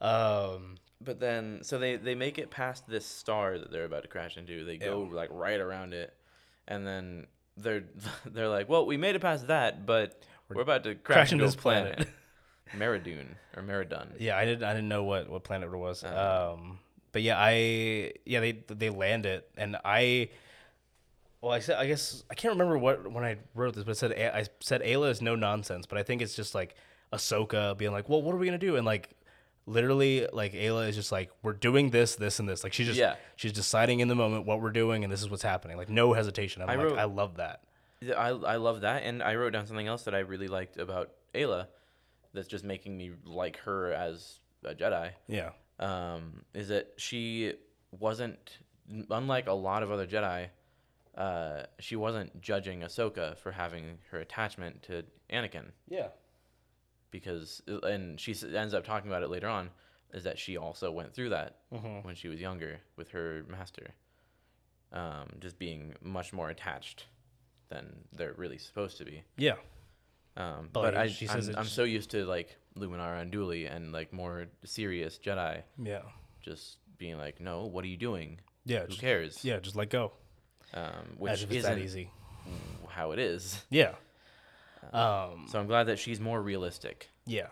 S4: Um,
S2: But then, so they they make it past this star that they're about to crash into. They go like right around it, and then they're they're like, well, we made it past that, but we're, about to crash,
S4: crashing
S2: into
S4: this
S2: a
S4: planet."
S2: planet. Meridune or Meridun.
S4: yeah, I didn't, I didn't know what what planet it was.
S2: Uh-huh.
S4: Um, but yeah, I yeah they they land it, and I. Well, I said I guess I can't remember what when I wrote this, but it said A- I said Ayla is no nonsense, but I think it's just like Ahsoka being like, "Well, what are we gonna do?" And like, literally, like Ayla is just like, "We're doing this, this, and this." Like she's just
S2: Yeah.
S4: she's deciding in the moment what we're doing, and this is what's happening. Like no hesitation. I'm like,
S2: wrote-
S4: I love that.
S2: Yeah, I I love that, and I wrote down something else that I really liked about Ayla, that's just making me like her as a Jedi.
S4: Yeah.
S2: um, is that she wasn't, unlike a lot of other Jedi, uh, she wasn't judging Ahsoka for having her attachment to Anakin
S4: Yeah.
S2: because, and she s- ends up talking about it later on, is that she also went through that
S4: Mm-hmm.
S2: when she was younger with her master, um, just being much more attached than they're really supposed to be.
S4: Yeah.
S2: Um,
S4: But,
S2: but
S4: like,
S2: I,
S4: she
S2: I'm,
S4: says it
S2: I'm
S4: just-
S2: so used to like Luminara and Dooley and like more serious Jedi
S4: Yeah.
S2: just being like, no, what are you doing?
S4: Yeah.
S2: Who
S4: Just,
S2: cares?
S4: yeah. Just let go.
S2: Um,
S4: As
S2: which
S4: if it's that
S2: is
S4: easy.
S2: how it is.
S4: Yeah. Um.
S2: So I'm glad that she's more realistic.
S4: Yeah.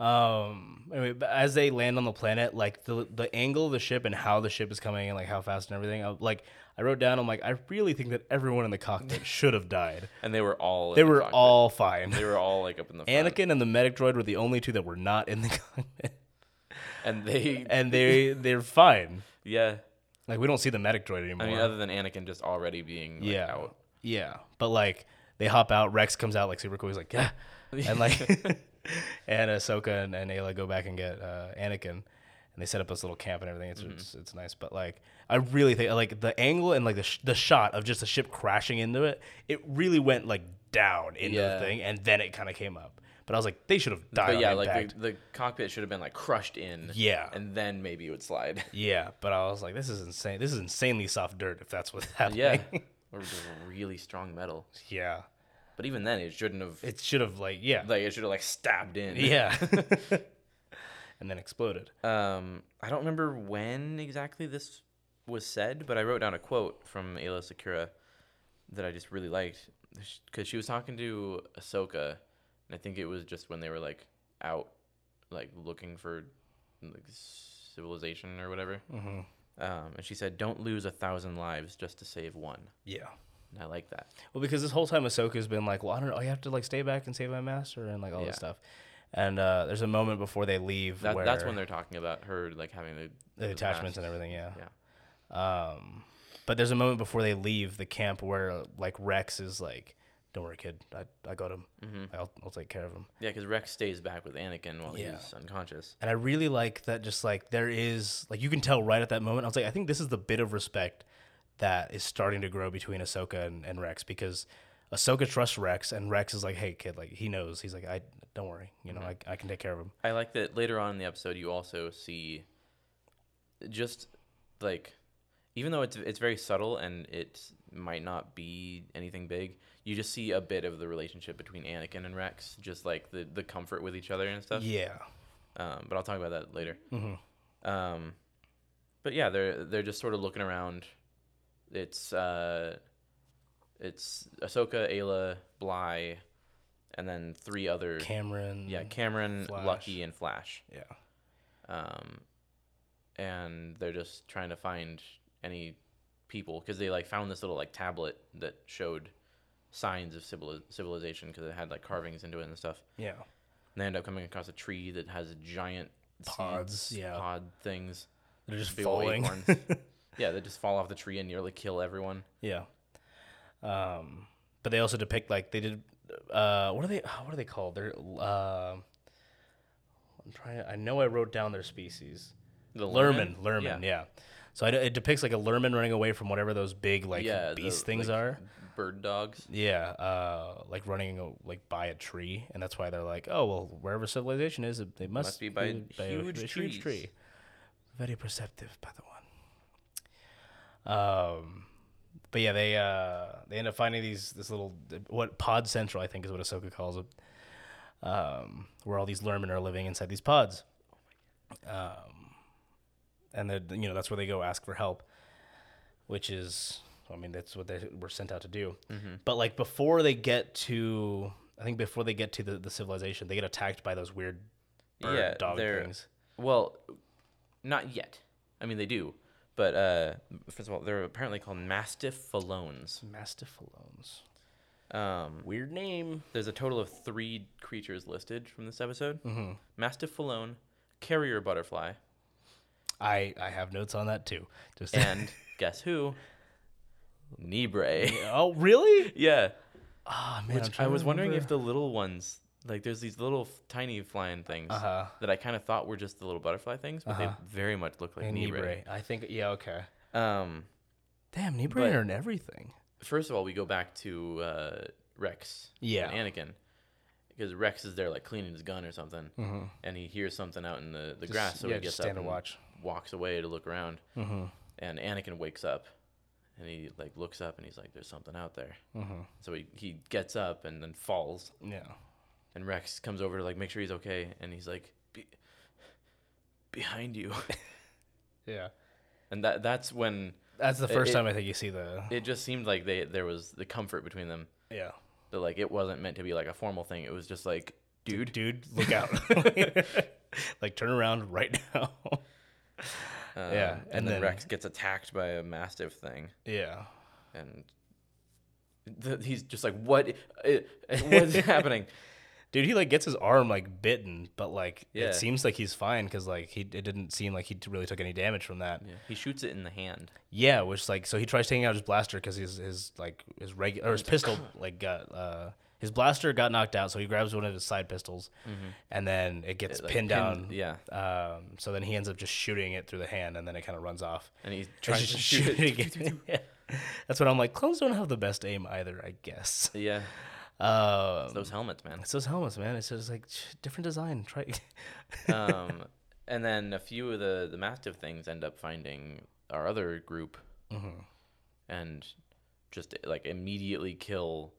S4: Um. Anyway, but as they land on the planet, like the the angle of the ship and how the ship is coming and like how fast and everything, I, like I wrote down, I'm like, I really think that everyone in the cockpit should have died.
S2: And they were all. in
S4: They
S2: the
S4: were
S2: cockpit.
S4: all fine.
S2: They were all like up in the front.
S4: Anakin and the medic droid were the only two that were not in the cockpit,
S2: and they.
S4: and they they're fine.
S2: yeah.
S4: Like we don't see the medic droid anymore.
S2: I mean, other than Anakin just already being like,
S4: yeah,
S2: out.
S4: yeah. But like they hop out, Rex comes out like super cool. He's like, yeah, and like and Ahsoka and, and Ayla go back and get uh, Anakin, and they set up this little camp and everything. It's
S2: Mm-hmm.
S4: it's, it's nice, but like I really think like the angle and like the sh- the shot of just the ship crashing into it, it really went like down into
S2: Yeah.
S4: the thing, and then it kind of came up. But I was like, they should have died.
S2: But
S4: on
S2: yeah,
S4: impact.
S2: like the, the cockpit should have been like crushed in.
S4: Yeah.
S2: And then maybe it would slide.
S4: Yeah, but I was like, this is insane. This is insanely soft dirt if that's what's happening.
S2: yeah. or just really strong metal.
S4: yeah.
S2: But even then, it shouldn't have.
S4: It should have like yeah.
S2: like it should have like stabbed in.
S4: yeah. and then exploded.
S2: Um, I don't remember when exactly this was said, but I wrote down a quote from Ayla Sakura that I just really liked because she was talking to Ahsoka, and I think it was just when they were like out, like looking for like civilization or whatever. Mm-hmm. Um, and she said, "Don't lose a thousand lives just to save one."
S4: Yeah.
S2: And I like that.
S4: Well, because this whole time Ahsoka's been like, well, I don't know, I have to like stay back and save my master and like all
S2: Yeah.
S4: this stuff. And uh, there's a moment before they leave
S2: that
S4: where
S2: that's when they're talking about her like having the,
S4: the attachments and
S2: masks.
S4: everything. Yeah.
S2: Yeah.
S4: Um, but there's a moment before they leave the camp where like Rex is like, "Don't worry, kid. I, I got him.
S2: Mm-hmm.
S4: I'll I'll take care of him."
S2: Yeah, because Rex stays back with Anakin while
S4: Yeah.
S2: he's unconscious.
S4: And I really like that just like there is like you can tell right at that moment. I was like, I think this is the bit of respect that is starting to grow between Ahsoka and, and Rex because Ahsoka trusts Rex and Rex is like, Hey kid, like he knows. He's like, I don't worry, you know,
S2: Mm-hmm.
S4: I, I can take care of him.
S2: I like that later on in the episode you also see just like even though it's it's very subtle and it might not be anything big, you just see a bit of the relationship between Anakin and Rex, just like the the comfort with each other and stuff.
S4: Yeah.
S2: Um, but I'll talk about that later. Um, but yeah, they're they're just sort of looking around. It's uh, it's Ahsoka, Ayla, Bly, and then three other
S4: Cameron
S2: yeah Cameron,
S4: Flash.
S2: Lucky, and Flash
S4: Yeah.
S2: um, and they're just trying to find any people because they like found this little like tablet that showed signs of civil- civilization because it had like carvings into it and stuff.
S4: Yeah.
S2: And they end up coming across a tree that has giant
S4: Pods,
S2: seeds,
S4: yeah.
S2: pod things,
S4: They're just
S2: big old
S4: falling.
S2: acorns. yeah, they just fall off the tree and nearly kill everyone.
S4: Yeah. Um, but they also depict like they did. Uh, what are they? What are they called? They're. Uh, I'm trying. I know I wrote down their species.
S2: The
S4: Lerman.
S2: lerman?
S4: Lerman. Yeah. So I, it depicts like a lerman running away from whatever those big like
S2: Yeah,
S4: beast
S2: the,
S4: things
S2: like,
S4: are.
S2: bird dogs.
S4: Yeah, uh, like running uh, like by a tree, and that's why they're like, oh well, wherever civilization is, it- they must,
S2: be by huge trees.
S4: tree. Very perceptive, by the one. Um, but yeah, they uh they end up finding these this little what pod central I think is what Ahsoka calls it, um, where all these Lerman are living inside these pods. Um, and they you know that's where they go ask for help which is I mean that's what they were sent out to do.
S2: Mm-hmm.
S4: But like before they get to I think before they get to the, the civilization, they get attacked by those weird bird
S2: yeah,
S4: dog
S2: they're
S4: things.
S2: well, not yet. I mean, they do, but uh, first of all, they're apparently called mastiff falones.
S4: Mastifalones.
S2: Um,
S4: Weird name.
S2: there's a total of three creatures listed from this episode: mm-hmm. mastiff falone, carrier butterfly,
S4: I I have notes on that too. Just
S2: and guess who? Nibre.
S4: Oh, really?
S2: yeah.
S4: Ah, man, I'm
S2: I
S4: trying to
S2: was wondering
S4: remember.
S2: if the little ones, like there's these little f- tiny flying things
S4: Uh-huh.
S2: that I kind of thought were just the little butterfly things, but they very much look like
S4: And
S2: Nibre.
S4: Nibre. I think yeah, okay.
S2: Um,
S4: Damn, Nibre
S2: But-
S4: are in everything.
S2: first of all, we go back to uh, Rex,
S4: Yeah.
S2: and Anakin, because Rex is there like cleaning his gun or something, and he hears something out in the, the grass, so
S4: yeah,
S2: he
S4: Mm-hmm. just
S2: gets
S4: stand
S2: up and
S4: and watch.
S2: walks away to look around, mm-hmm. and Anakin wakes up, and he like looks up and he's like, "There's something out there," mm-hmm. so he he gets up and then falls,
S4: Yeah.
S2: and Rex comes over to like make sure he's okay, and he's like, Be- "Behind you,"
S4: Yeah.
S2: and that that's when
S4: That's the first
S2: it-
S4: time I think you see the
S2: it just seemed like they there was the comfort between them
S4: Yeah.
S2: that like it wasn't meant to be like a formal thing. It was just like, dude,
S4: dude, look out. like turn around right now.
S2: um,
S4: yeah,
S2: and,
S4: and
S2: then,
S4: then-
S2: Rex gets attacked by a mastiff thing,
S4: yeah.
S2: and th- he's just like, what? Uh, what's happening?
S4: Dude, he like gets his arm like bitten, but like
S2: Yeah.
S4: it seems like he's fine because like he it didn't seem like he t- really took any damage from that.
S2: Yeah, he shoots it in the hand.
S4: Yeah, which like so he tries taking out his blaster because his his like his regular his pistol like got uh his blaster got knocked out, so he grabs one of his side pistols, and then it gets
S2: Mm-hmm. It, like,
S4: pinned, down.
S2: Yeah,
S4: Um, so then he ends up just shooting it through the hand, and then it kind of runs off.
S2: and he
S4: Tries
S2: tries to shoot it.
S4: again. Yeah. That's what I'm like. Clones don't have the best aim either, I guess.
S2: Yeah,
S4: Um,
S2: those helmets, man.
S4: it's those helmets, man. It's just like sh- different design. Try.
S2: um, and then a few of the the mastiff things end up finding our other group,
S4: Mm-hmm.
S2: and just like immediately kill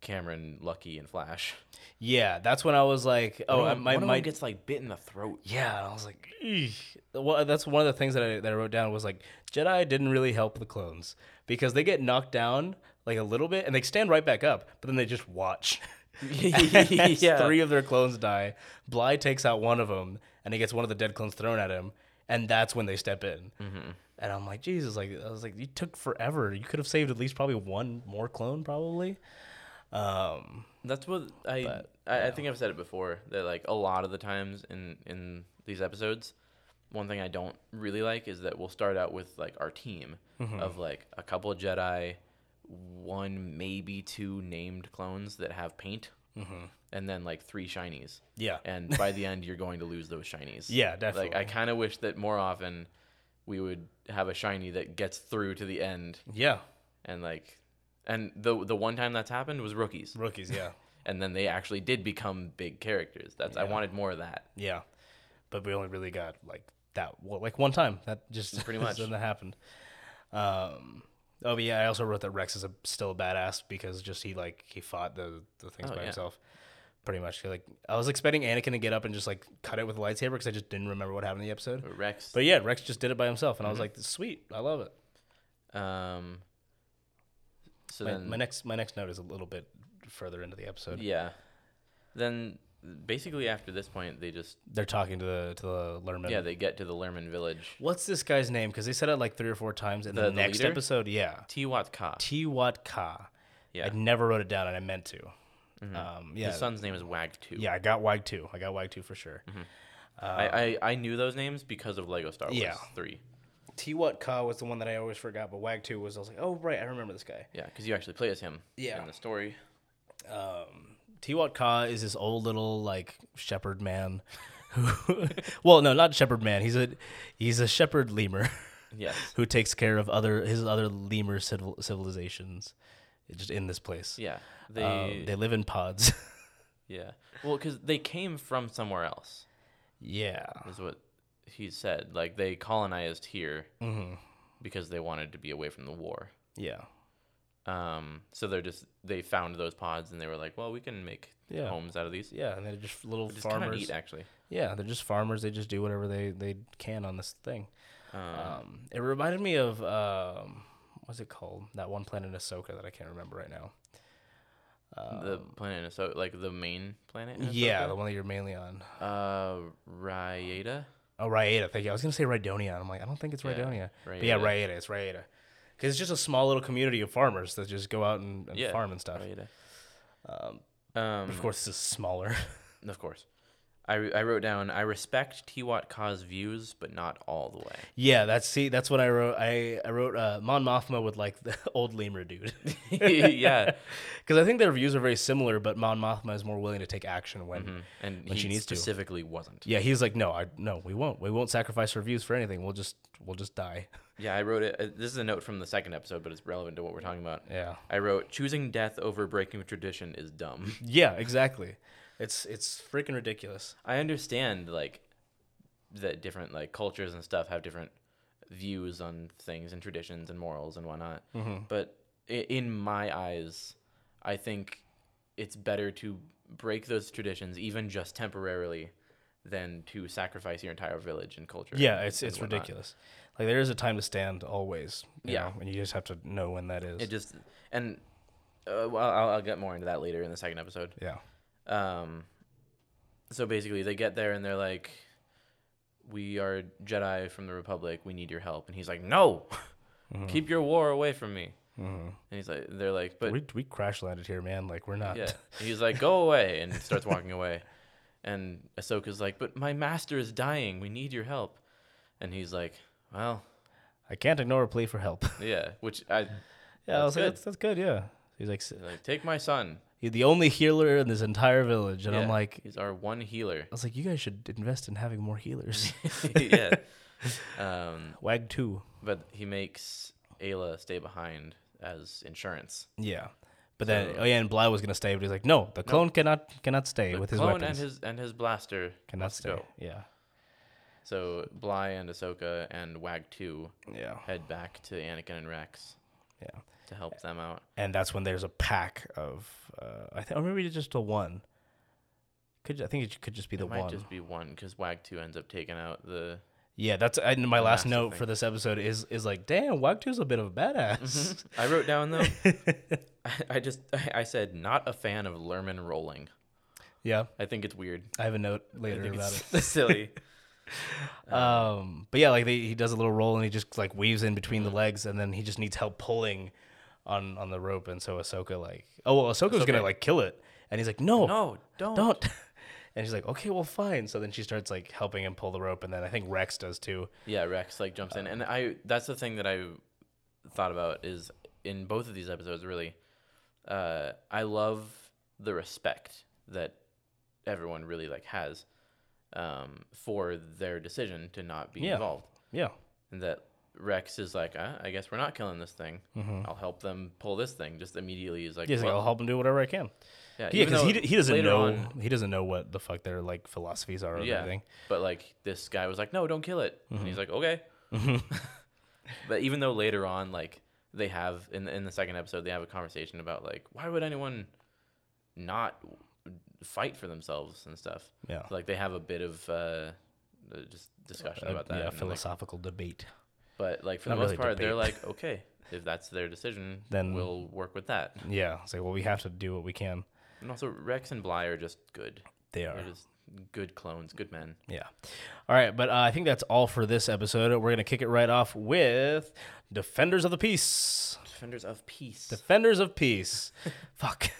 S2: Cameron, Lucky, and Flash.
S4: yeah, that's when I was like, oh,
S2: One
S4: I
S2: of 'em-
S4: my
S2: one of 'em
S4: my.
S2: gets like bit in the throat.
S4: yeah, I was like, "Eesh." well, that's one of the things that I that I wrote down was like Jedi didn't really help the clones because they get knocked down like a little bit and they stand right back up, but then they just watch. As
S2: yeah,
S4: Three of their clones die. Bly takes out one of them, and he gets one of the dead clones thrown at him, and that's when they step in. And I'm like, Jesus, like I was like, you took forever. You could have saved at least probably one more clone, probably. Um,
S2: that's what I I, I think I've said it before that like a lot of the times in in these episodes, one thing I don't really like is that we'll start out with like our team
S4: Mm-hmm.
S2: of like a couple Jedi, one maybe two named clones that have paint, and then like three shinies.
S4: Mm-hmm. yeah,
S2: and by the end you're going to lose those shinies.
S4: Yeah,
S2: Like I
S4: definitely.
S2: kind of wish that more often we would have a shiny that gets through to the end
S4: yeah,
S2: and like and the the one time that's happened was rookies.
S4: rookies, yeah,
S2: And then they actually did become big characters. That's I wanted more of that.
S4: yeah. But we only really got like that, well, like one time. That just
S2: Pretty much.
S4: that happened. Um, oh, but yeah, I also wrote that Rex is a, still a badass because just he like he fought the the things
S2: Oh,
S4: by
S2: yeah.
S4: himself. Pretty much, like I was expecting Anakin to get up and just like cut it with a lightsaber because I just didn't remember what happened in the episode.
S2: But Rex
S4: But yeah, Rex just did it by himself, and I was
S2: Mm-hmm.
S4: like, "Sweet, I love it."
S2: um so
S4: My,
S2: then
S4: my next, my next note is a little bit further into the episode.
S2: yeah. Then basically after this point they just
S4: They're talking to the to the Lerman.
S2: yeah, they get to the Lerman village.
S4: What's this guy's name? Because they said it like three or four times in the,
S2: The- the
S4: next
S2: leader?
S4: episode. Yeah,
S2: Tiwat Ka.
S4: Tiwat Ka.
S2: Yeah.
S4: I never wrote it down, and I meant to. Um, yeah,
S2: His son's name is Wagtu.
S4: yeah, I got Wag two. I got Wag two for sure.
S2: I, I, I knew those names because of Lego Star Wars
S4: Yeah.
S2: 3.
S4: Tiwat Ka was the one that I always forgot, but Wag two was I was like, oh right, I remember this guy.
S2: Yeah, because you actually play as him
S4: Yeah.
S2: in the story.
S4: Tiwat Ka is this old little like shepherd man. Who, well, no, not shepherd man. He's a he's a shepherd lemur
S2: Yes.
S4: who takes care of other his other lemur civil, civilizations. just in this place.
S2: Yeah, they
S4: Uh, they live in pods.
S2: yeah. Well, because they came from somewhere else,
S4: yeah.
S2: is what he said. Like they colonized here because they wanted to be away from the war.
S4: Mm-hmm. Yeah.
S2: Um, so they're just they found those pods and they were like, well, we can make
S4: Yeah.
S2: homes out of these.
S4: Yeah, and they're just little
S2: Which is kind of
S4: farmers.
S2: neat, actually.
S4: Yeah, they're just farmers. They just do whatever they, they can on this thing.
S2: Um,
S4: Um, it reminded me of um, what's it called? That one planet in Ahsoka that I can't remember right now.
S2: the planet, so like the main planet. in
S4: Uh, Yeah,
S2: Ahsoka?
S4: the one that you're mainly on.
S2: Uh, Ryeda.
S4: Oh, Ryeta. Thank you. I was gonna say Rydonia. and I'm like, I don't think it's
S2: Yeah,
S4: Rydonia. But yeah,
S2: Ryeta.
S4: Ryeta. It's Ryeta. Because it's just a small little community of farmers that just go out and, and
S2: Yeah,
S4: farm and stuff.
S2: Ryeda.
S4: Um,
S2: Um,
S4: but of course, this is smaller.
S2: Of course. I, I wrote down, I respect Tiwat Ka's views, but not all the way.
S4: yeah, that's see, that's what I wrote. I I wrote uh, Mon Mothma with like the old lemur dude.
S2: yeah.
S4: Because I think their views are very similar, but Mon Mothma is more willing to take action when.
S2: Mm-hmm. Mm, And
S4: When
S2: he
S4: she needs to.
S2: specifically wasn't.
S4: Yeah, he's like, no, I no, we won't. We won't sacrifice our views for anything. We'll just we'll just die.
S2: Yeah, I wrote it. uh, This is a note from the second episode, but it's relevant to what we're talking about.
S4: Yeah.
S2: I wrote, choosing death over breaking tradition is dumb.
S4: Yeah, exactly. It's it's freaking ridiculous.
S2: I understand, like, that different, like, cultures and stuff have different views on things and traditions and morals and whatnot.
S4: Mm-hmm.
S2: But i- in my eyes, I think it's better to break those traditions, even just temporarily, than to sacrifice your entire village and culture.
S4: Yeah, it's
S2: and
S4: it's
S2: whatnot.
S4: ridiculous. Like there is a time to stand always. you
S2: Yeah.
S4: know, and you just have to know when that is.
S2: It just and uh, well, I'll, I'll get more into that later in the second episode.
S4: yeah.
S2: Um, so basically, they get there and they're like, "We are Jedi from the Republic. We need your help." And he's like, "No, keep your war away from me." And he's like, "They're like, but
S4: we we crash landed here, man. Like we're not.
S2: yeah." And he's like, "Go away," and starts walking away. And Ahsoka's like, "But my master is dying. We need your help." And he's like, "Well,
S4: I can't ignore a plea for help.
S2: yeah." Which I
S4: yeah, I
S2: That's
S4: was like,
S2: good.
S4: that's, that's good. Yeah. He's like, "S-
S2: like, take my son.
S4: you're the only healer in this entire village, and I'm
S2: Yeah,
S4: like,
S2: he's our one healer.
S4: I was like, you guys should invest in having more healers.
S2: yeah. Um,
S4: Wag two.
S2: but he makes Ayla stay behind as insurance.
S4: Yeah. But then, oh yeah, and Bly was gonna stay, but he's like, no, the clone cannot cannot stay with his
S2: Clone
S4: weapons.
S2: and his and his blaster
S4: cannot
S2: must
S4: stay.
S2: go.
S4: Yeah.
S2: So Bly and Ahsoka and Wag Two
S4: Yeah.
S2: head back to Anakin and Rex
S4: Yeah.
S2: to help them out.
S4: and that's when there's a pack of uh, I think or maybe it's just a one. Could I think it could just be the
S2: It might
S4: one?
S2: just be one because Wag Two ends up taking out the.
S4: Yeah, that's and my last
S2: massive
S4: note
S2: thing.
S4: for this episode is is like, damn, Wagtu's a bit of a badass.
S2: I wrote down though. I, I just I, I said not a fan of Lerman rolling.
S4: yeah,
S2: I think it's weird.
S4: I have a note
S2: I
S4: later
S2: think
S4: about
S2: it's silly.
S4: it. Um, but yeah, like they, he does a little roll and he just like weaves in between the legs, and then he just needs help pulling on on the rope, and so Ahsoka like, oh well, Ahsoka's gonna like kill it, and he's like, no,
S2: No, don't.
S4: don't. And she's like, okay, well, fine. So then she starts like helping him pull the rope, and then I think Rex does too.
S2: Yeah, Rex like jumps
S4: Uh,
S2: in, and I that's the thing that I thought about is in both of these episodes. Really, uh, I love the respect that everyone really like has um, for their decision to not be
S4: Yeah.
S2: involved,
S4: Yeah,
S2: and that Rex is like, uh, I guess we're not killing this thing. I'll help them pull this thing. Just immediately is like,
S4: Mm-hmm. He's like,
S2: well,
S4: I'll help him do whatever I can.
S2: yeah, even
S4: Yeah, because he,
S2: though
S4: d- he doesn't
S2: later
S4: know
S2: on-
S4: he doesn't know what the fuck their like philosophies are or
S2: yeah,
S4: anything.
S2: but like this guy was like, no, don't kill it, and
S4: Mm-hmm.
S2: he's like, okay. But even though later on, like they have in the, in the second episode, they have a conversation about like why would anyone not fight for themselves and stuff.
S4: Yeah,
S2: So, like they have a bit of uh, uh, just discussion
S4: A-
S2: about that.
S4: Uh, yeah,
S2: and, like,
S4: philosophical debate.
S2: but like for
S4: not
S2: the most
S4: really
S2: part, they're
S4: debate.
S2: like, okay, if that's their decision,
S4: Then-
S2: then we'll work with that.
S4: Yeah, it's like well, we have to do what we can.
S2: And also, Rex and Bly are just good.
S4: They are.
S2: They're just good clones, good men.
S4: Yeah. All right, but uh, I think that's all for this episode. We're gonna kick it right off with Defenders of the Peace.
S2: Defenders of peace.
S4: Defenders of Peace. Fuck.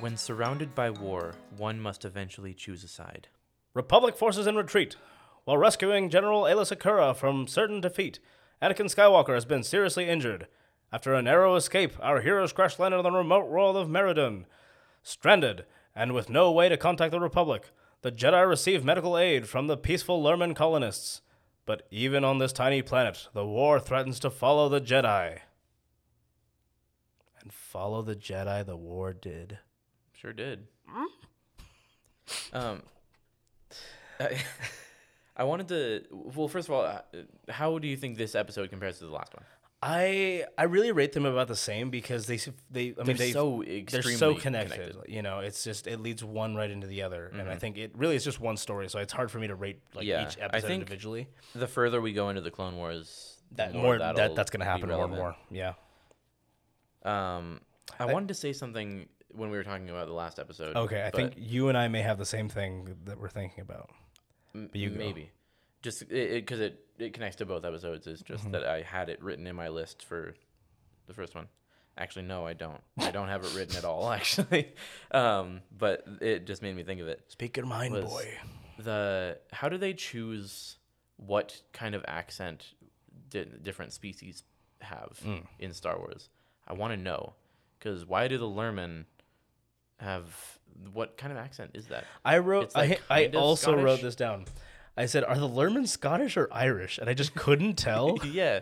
S2: when surrounded by war, one must eventually choose a side.
S4: Republic forces in retreat while rescuing General Ayla Sakura from certain defeat Anakin Skywalker has been seriously injured. After a narrow escape, our heroes crash landed on the remote world of Meriden. Stranded, and with no way to contact the Republic, the Jedi receive medical aid from the peaceful Lerman colonists. But even on this tiny planet, the war threatens to follow the Jedi. And follow the Jedi the war did.
S2: Sure did. Um, I, I wanted to. Well, first of all, uh, how do you think this episode compares to the last one?
S4: I I really rate them about the same because they s- they I mean
S2: They're
S4: they
S2: so
S4: they're
S2: extremely
S4: so connected.
S2: connected. Mm-hmm.
S4: You know, it's just it leads one right into the other, and I think it really is just one story. So it's hard for me to rate like
S2: Yeah,
S4: each
S2: I
S4: episode
S2: think
S4: individually.
S2: The further we go into the Clone Wars,
S4: That
S2: the
S4: more that
S2: that'll
S4: that's gonna
S2: be
S4: happen more and
S2: relevant.
S4: more. Yeah.
S2: Um, I, wanted to say something when we were talking about the last episode.
S4: Okay, I
S2: but
S4: think you and I may have the same thing that we're thinking about.
S2: m-
S4: you go.
S2: maybe just because it, it, connects to both episodes. Is
S4: Mm-hmm.
S2: just that I had it written in my list for the first one. Actually, no, I don't. I don't have it written at all. Actually, um, but it just made me think of it.
S4: Speak your mind,
S2: Was-
S4: boy.
S2: the how do they choose what kind of accent di- different species have
S4: Mm.
S2: in Star Wars? I want to know because why do the Lerman have what kind of accent is that?
S4: I wrote.
S2: it's like
S4: I, I
S2: kinda
S4: also wrote
S2: Scottish.
S4: this down. I said, "Are the Lerman Scottish or Irish?" And I just couldn't tell.
S2: yeah,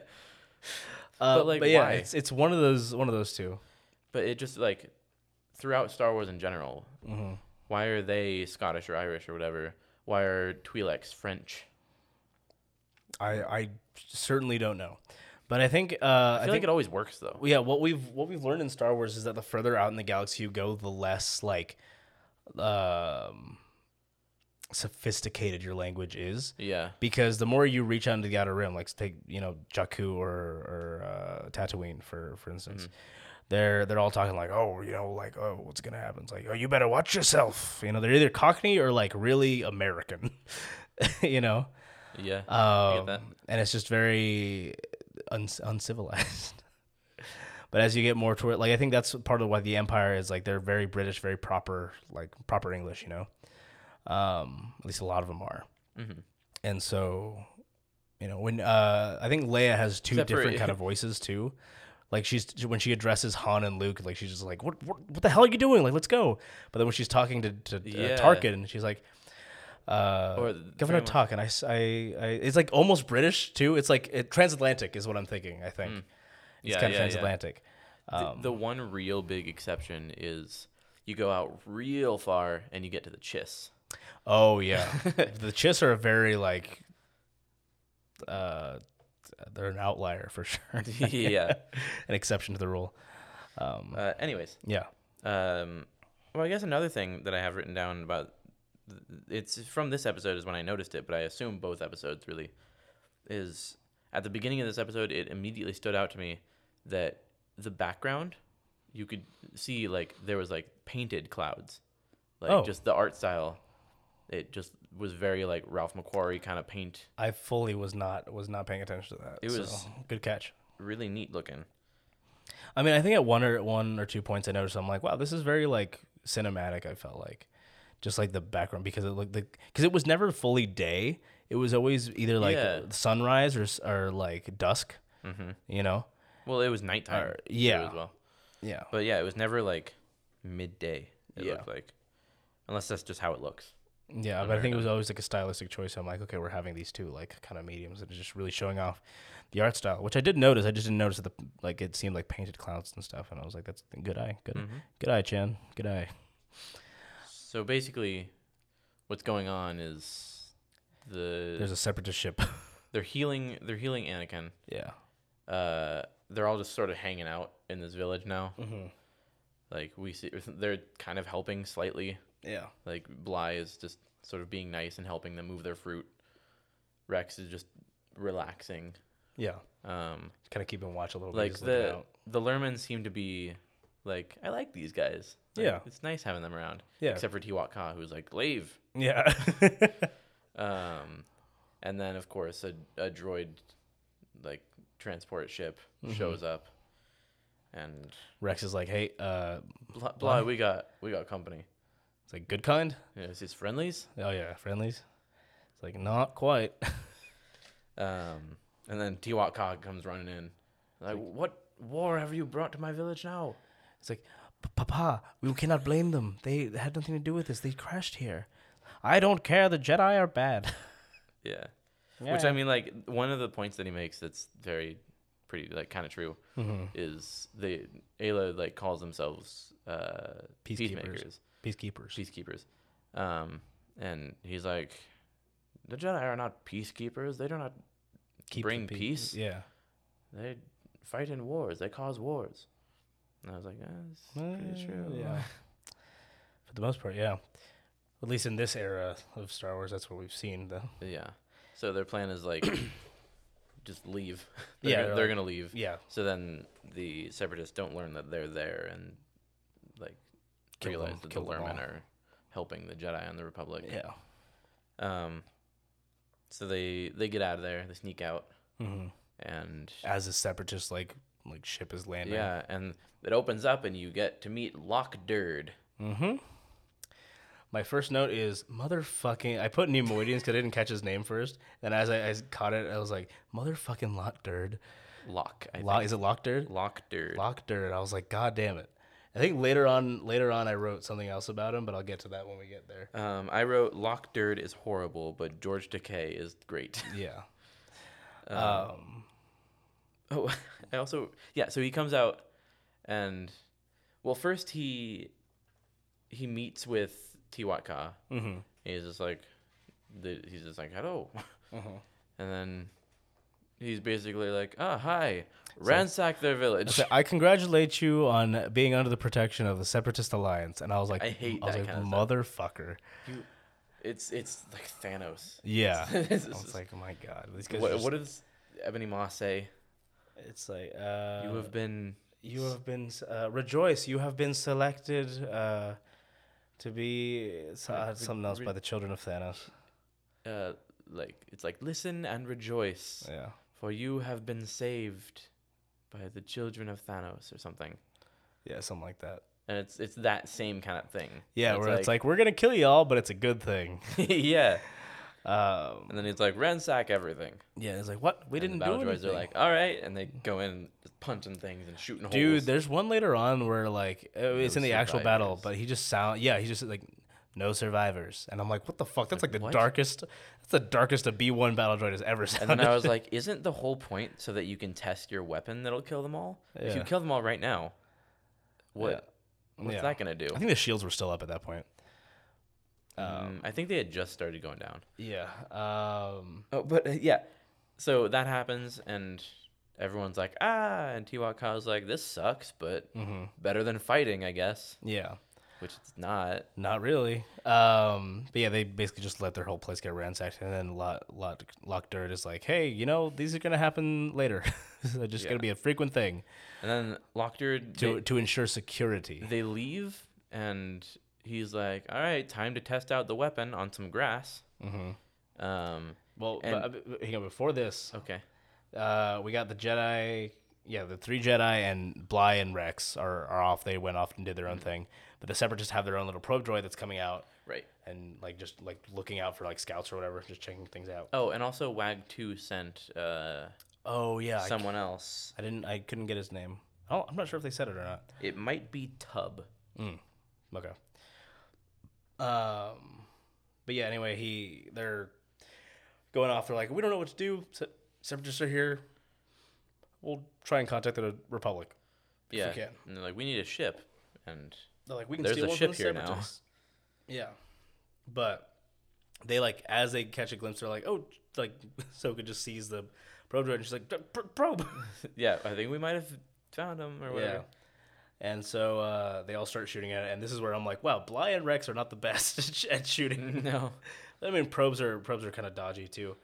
S4: Uh,
S2: But, like,
S4: yeah,
S2: why?
S4: it's it's one of those one of those two.
S2: but it just like throughout Star Wars in general,
S4: Mm-hmm.
S2: why are they Scottish or Irish or whatever? Why are Twi'leks French?
S4: I I certainly don't know, but I think
S2: I
S4: uh, I,
S2: feel like
S4: think
S2: it always works though.
S4: yeah. What we've what we've learned in Star Wars is that the further out in the galaxy you go, the less like um, sophisticated your language is.
S2: Yeah,
S4: because the more you reach out into the outer rim, like take you know Jakku or or uh, Tatooine for for
S2: Mm-hmm.
S4: instance, they're they're all talking like oh you know like oh what's gonna happen? It's like oh you better watch yourself. You know they're either Cockney or like really American, you know,
S2: yeah.
S4: um,
S2: that.
S4: and it's just very un- uncivilized. But as you get more toward, like I think that's part of why the Empire is like they're very British, very proper, like proper English, you know. Um, at least a lot of them are
S2: hmm
S4: and so you know when uh i think leia has two
S2: Except for-
S4: different kind of voices too like she's when she addresses han and luke like she's just like what what, what the hell are you doing like let's go but then when she's talking to, to
S2: Yeah.
S4: uh, tarkin she's like uh
S2: Or very
S4: governor
S2: much-
S4: tarkin I, s- I- I- it's like almost british too it's like it, transatlantic is what i'm thinking i think it's
S2: Mm. Yeah,
S4: kind of
S2: yeah,
S4: Um,
S2: yeah.
S4: transatlantic
S2: The- the one real big exception is you go out real far and you get to the Chiss.
S4: oh yeah the chiss are a very like uh they're an outlier for sure
S2: yeah.
S4: an exception to the rule.
S2: Uh, anyways,
S4: Yeah.
S2: um, well, I guess another thing that I have written down about th- it's from this episode is when I noticed it, but I assume both episodes really is at the beginning of this episode. It immediately stood out to me that the background you could see like there was like painted clouds, like
S4: Oh.
S2: just the art style. It just was very like Ralph McQuarrie kind of paint.
S4: I fully was not was not paying attention to that.
S2: It
S4: so,
S2: was-
S4: good catch.
S2: really neat looking.
S4: I mean, I think at one or one or two points I noticed I'm like, wow, this is very like cinematic, I felt like. Just like the background because it looked the because it was never fully day. It was always either like
S2: Yeah.
S4: sunrise or s- or like dusk. Mm-hmm. You know?
S2: Well, it was nighttime.
S4: Or-
S2: too,
S4: yeah.
S2: as well.
S4: Yeah.
S2: But yeah, it was never like midday. It
S4: Yeah.
S2: looked like, unless that's just how it looks.
S4: Yeah, but I think it was always like a stylistic choice. I'm like, okay, we're having these two like kind of mediums, and it's just really showing off the art style, which I did notice. I just didn't notice that the like it seemed like painted clouds and stuff, and I was like, that's good eye, good,
S2: Mm-hmm.
S4: good eye, Chan, good eye.
S2: So basically, what's going on is the
S4: There's a separatist ship.
S2: they're healing they're healing Anakin.
S4: yeah,
S2: Uh, they're all just sort of hanging out in this village now.
S4: Mm-hmm.
S2: Like we see, they're kind of helping slightly.
S4: yeah,
S2: Like Bly is just sort of being nice and helping them move their fruit. Rex is just relaxing.
S4: yeah.
S2: Um,
S4: Kind of keeping watch a little bit.
S2: like
S4: just looking
S2: the
S4: out.
S2: the Lermans seem to be like I like these guys. Like,
S4: Yeah.
S2: it's nice having them around.
S4: Yeah.
S2: except for Tiwat Ka, who's like leave.
S4: yeah,
S2: Um, and then of course a a droid like transport ship
S4: Mm-hmm.
S2: shows up, and
S4: Rex is like, hey, uh,
S2: blah, blah we got we got company.
S4: it's like good kind.
S2: Yeah, is this friendlies?
S4: Oh yeah, friendlies. It's like not quite.
S2: Um, And then Tiwat Cog comes running in. Like, what war have you brought to my village now?
S4: It's like, "P- Papa, we cannot blame them. They had nothing to do with this. They crashed here. I don't care. The Jedi are bad.
S2: Yeah. Which I mean, like one of the points that he makes that's very pretty, like kind of true,
S4: Mm-hmm.
S2: is they Ayla like calls themselves uh, peacemakers,
S4: Peacekeepers. Peacekeepers.
S2: peacekeepers, um, and he's like, the Jedi are not peacekeepers. They do not
S4: Keep the
S2: bring
S4: pea-
S2: peace.
S4: Yeah.
S2: They fight in wars. They cause wars. And I was like, eh, that's pretty true.
S4: Yeah. For the most part, yeah. At least in this era of Star Wars, that's what we've seen, though.
S2: Yeah. So their plan is like, just leave. They're
S4: Yeah,
S2: gonna-
S4: they're
S2: they're
S4: like-
S2: gonna leave.
S4: Yeah.
S2: So then the separatists don't learn that they're there and like
S4: Kill
S2: realize
S4: them-
S2: that
S4: kill
S2: the
S4: them
S2: Lerman
S4: all.
S2: are helping the Jedi and the Republic.
S4: Yeah.
S2: Um so they they get out of there, they sneak out
S4: hmm
S2: and
S4: As a separatist, like like ship is landing.
S2: yeah, and it opens up and you get to meet Lock Dird.
S4: Mm-hmm. My first note is motherfucking. I put Nemoidians because I didn't catch his name first. And as I, I caught it, I was like, motherfucking Lot Dird.
S2: Lock, I
S4: Lot, is it Lock Dird?
S2: think. Lock Dird.
S4: Lock Dird. I was like, God damn it. I think later on, later on, I wrote something else about him, but I'll get to that when we get there.
S2: Um, I wrote Lock Dird is horrible, but George Takei is great.
S4: Yeah.
S2: Um,
S4: Um,
S2: Oh, I also yeah. So he comes out, and well, first he he meets with Tiwatka. Mm-hmm. He's just like the, he's just like hello,
S4: Uh-huh.
S2: and then he's basically like ah hi, ransack their village.
S4: So I congratulate you on being under the protection of the Separatist Alliance, and I was like,
S2: I hate
S4: was
S2: that
S4: like,
S2: kind
S4: motherfucker.
S2: it's it's like Thanos.
S4: Yeah, I
S2: This is-
S4: was like, oh my god, these guys.
S2: What,
S4: just-
S2: what does Ebony Maw say?
S4: it's like uh,
S2: You have been
S4: you have been uh, rejoice. You have been selected uh, to be so- uh, something else by the children of Thanos.
S2: uh like it's like listen and rejoice,
S4: Yeah,
S2: for you have been saved by the children of Thanos or something.
S4: yeah, something like that.
S2: and it's it's that same kind of thing.
S4: Yeah,
S2: And
S4: where it's like we're gonna kill y'all, but it's a good thing.
S2: yeah,
S4: Um,
S2: and then he's like ransack everything.
S4: yeah, it's like what we
S2: And
S4: didn't
S2: the
S4: do
S2: battle droids
S4: anything.
S2: are like, all right, and they go in just punching things and shooting
S4: Dude,
S2: holes.
S4: there's one later on where like uh, it's in the actual battle,
S2: survivors.
S4: but he just sound yeah, he just like no survivors, and I'm like, what the fuck? That's like the
S2: what?
S4: darkest. That's the darkest a B1 battle droid has ever sounded.
S2: And then I was like, isn't the whole point so that you can test your weapon that'll kill them all? If you
S4: Yeah.
S2: kill them all right now, what what's
S4: Yeah.
S2: that gonna do?
S4: I think the shields were still up at that point.
S2: Um, I think they had just started going down.
S4: Yeah. Um,
S2: Oh, but uh, yeah, so that happens, and everyone's like, ah, and Tiwaka's like, this sucks, but better than fighting, I guess,
S4: yeah.
S2: which it's not.
S4: Not really. Um, but yeah, they basically just let their whole place get ransacked, and then Lot Lot Lock Dirt is like, hey, you know, these are gonna happen later. They're just gonna be a frequent thing
S2: And then Lockdoor
S4: to to ensure security.
S2: they leave and he's like all right time to test out the weapon on some grass mm-hmm. um
S4: Well,
S2: And-
S4: but, uh, hang on. Before this,
S2: okay
S4: Uh, we got the Jedi. Yeah, the three Jedi and Bly and Rex are, are off. They went off and did their own thing. But the Separatists have their own little probe droid that's coming out
S2: right
S4: and like just like looking out for like scouts or whatever, just checking things out.
S2: oh and also wag 2 sent uh
S4: Oh yeah, I c-
S2: someone else
S4: I, didn't. I couldn't get his name. Oh, I'm not sure if they said it or not.
S2: it might be tub
S4: Okay. Um, but yeah. Anyway, he they're going off. They're like, we don't know what to do. Se- Separatists are here. We'll try and contact the Republic.
S2: yeah
S4: can.
S2: and they're like we need a ship and
S4: They're like, we can
S2: There's
S4: steal
S2: a
S4: one from
S2: ship
S4: the
S2: here now.
S4: Separatists. Yeah, but they like as they catch a glimpse, they're like, oh, like Soka just sees the probe droid and she's like, "Pr- pr- probe.
S2: yeah i think we might have found him or whatever
S4: yeah. And so uh, they all start shooting at it, and this is where I'm like, wow, Bly and Rex are not the best at sh- at shooting.
S2: no
S4: I mean, probes are probes are kind of dodgy too.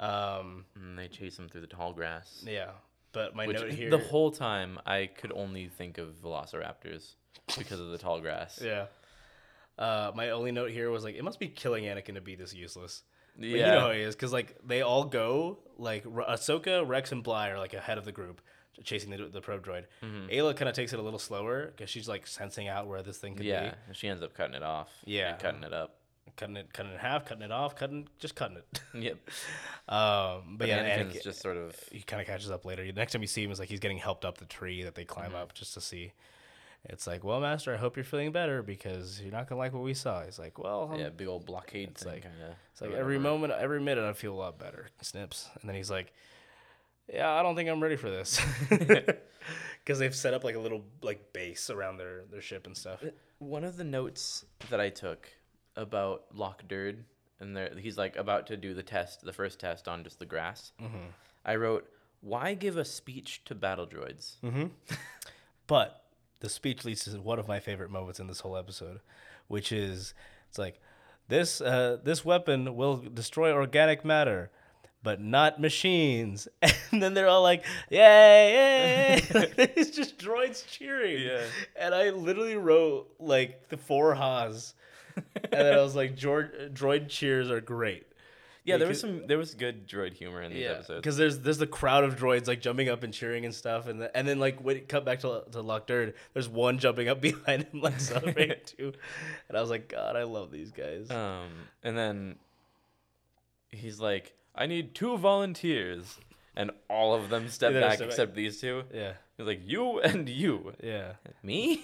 S4: Um,
S2: and Mm, they chase him through the tall grass
S4: yeah, but my
S2: which
S4: note here,
S2: the whole time i could only think of velociraptors because of the tall grass
S4: yeah, uh, my only note here was like, it must be killing Anakin to be this useless. But
S2: Yeah.
S4: You know how he is, because like they all go like R- Ahsoka, Rex, and Bly are like ahead of the group, chasing the, the probe droid.
S2: Mm-hmm.
S4: Ayla kind of takes it a little slower because she's like sensing out where this thing could
S2: Yeah, and she ends up cutting it off.
S4: Yeah.
S2: and cutting it up.
S4: be, cutting it, cutting it in half, cutting it off, cutting, just cutting it.
S2: Yep.
S4: Um, but,
S2: But
S4: yeah,
S2: Anakin's
S4: Anakin-
S2: just sort of
S4: he kind of catches up later. The next time you see him is like he's getting helped up the tree that they climb up just to see. It's like, well, master, I hope you're feeling better because you're not gonna like what we saw. He's like, well, I'm-
S2: yeah, big old blockade thing
S4: like-
S2: kind of.
S4: it's like every moment, every minute, I feel a lot better. Snips, and then he's like, yeah, I don't think I'm ready for this because they've set up like a little like base around their their ship and stuff.
S2: One of the notes that I took about Lock Derd, and there, he's like about to do the test, the first test on just the grass. I wrote, "Why give a speech to battle droids?"
S4: But the speech leads to one of my favorite moments in this whole episode, which is it's like this uh, this weapon will destroy organic matter, but not machines. And then they're all like, "Yay! yay!" it's just droids cheering.
S2: Yeah.
S4: And I literally wrote like the four ha's, and then I was like, "George, droid cheers are great."
S2: Yeah, there was some, there was good droid humor in these episodes.
S4: because there's there's the crowd of droids like jumping up and cheering and stuff, and the, and then like when it cut back to to Lock Dern, there's one jumping up behind him like celebrating too, and I was like, God, I love these guys.
S2: Um, and then he's like, "I need two volunteers," and all of them step
S4: Yeah, they
S2: back
S4: step back.
S2: except these two.
S4: yeah,
S2: He's like, "You and you,
S4: yeah.
S2: me."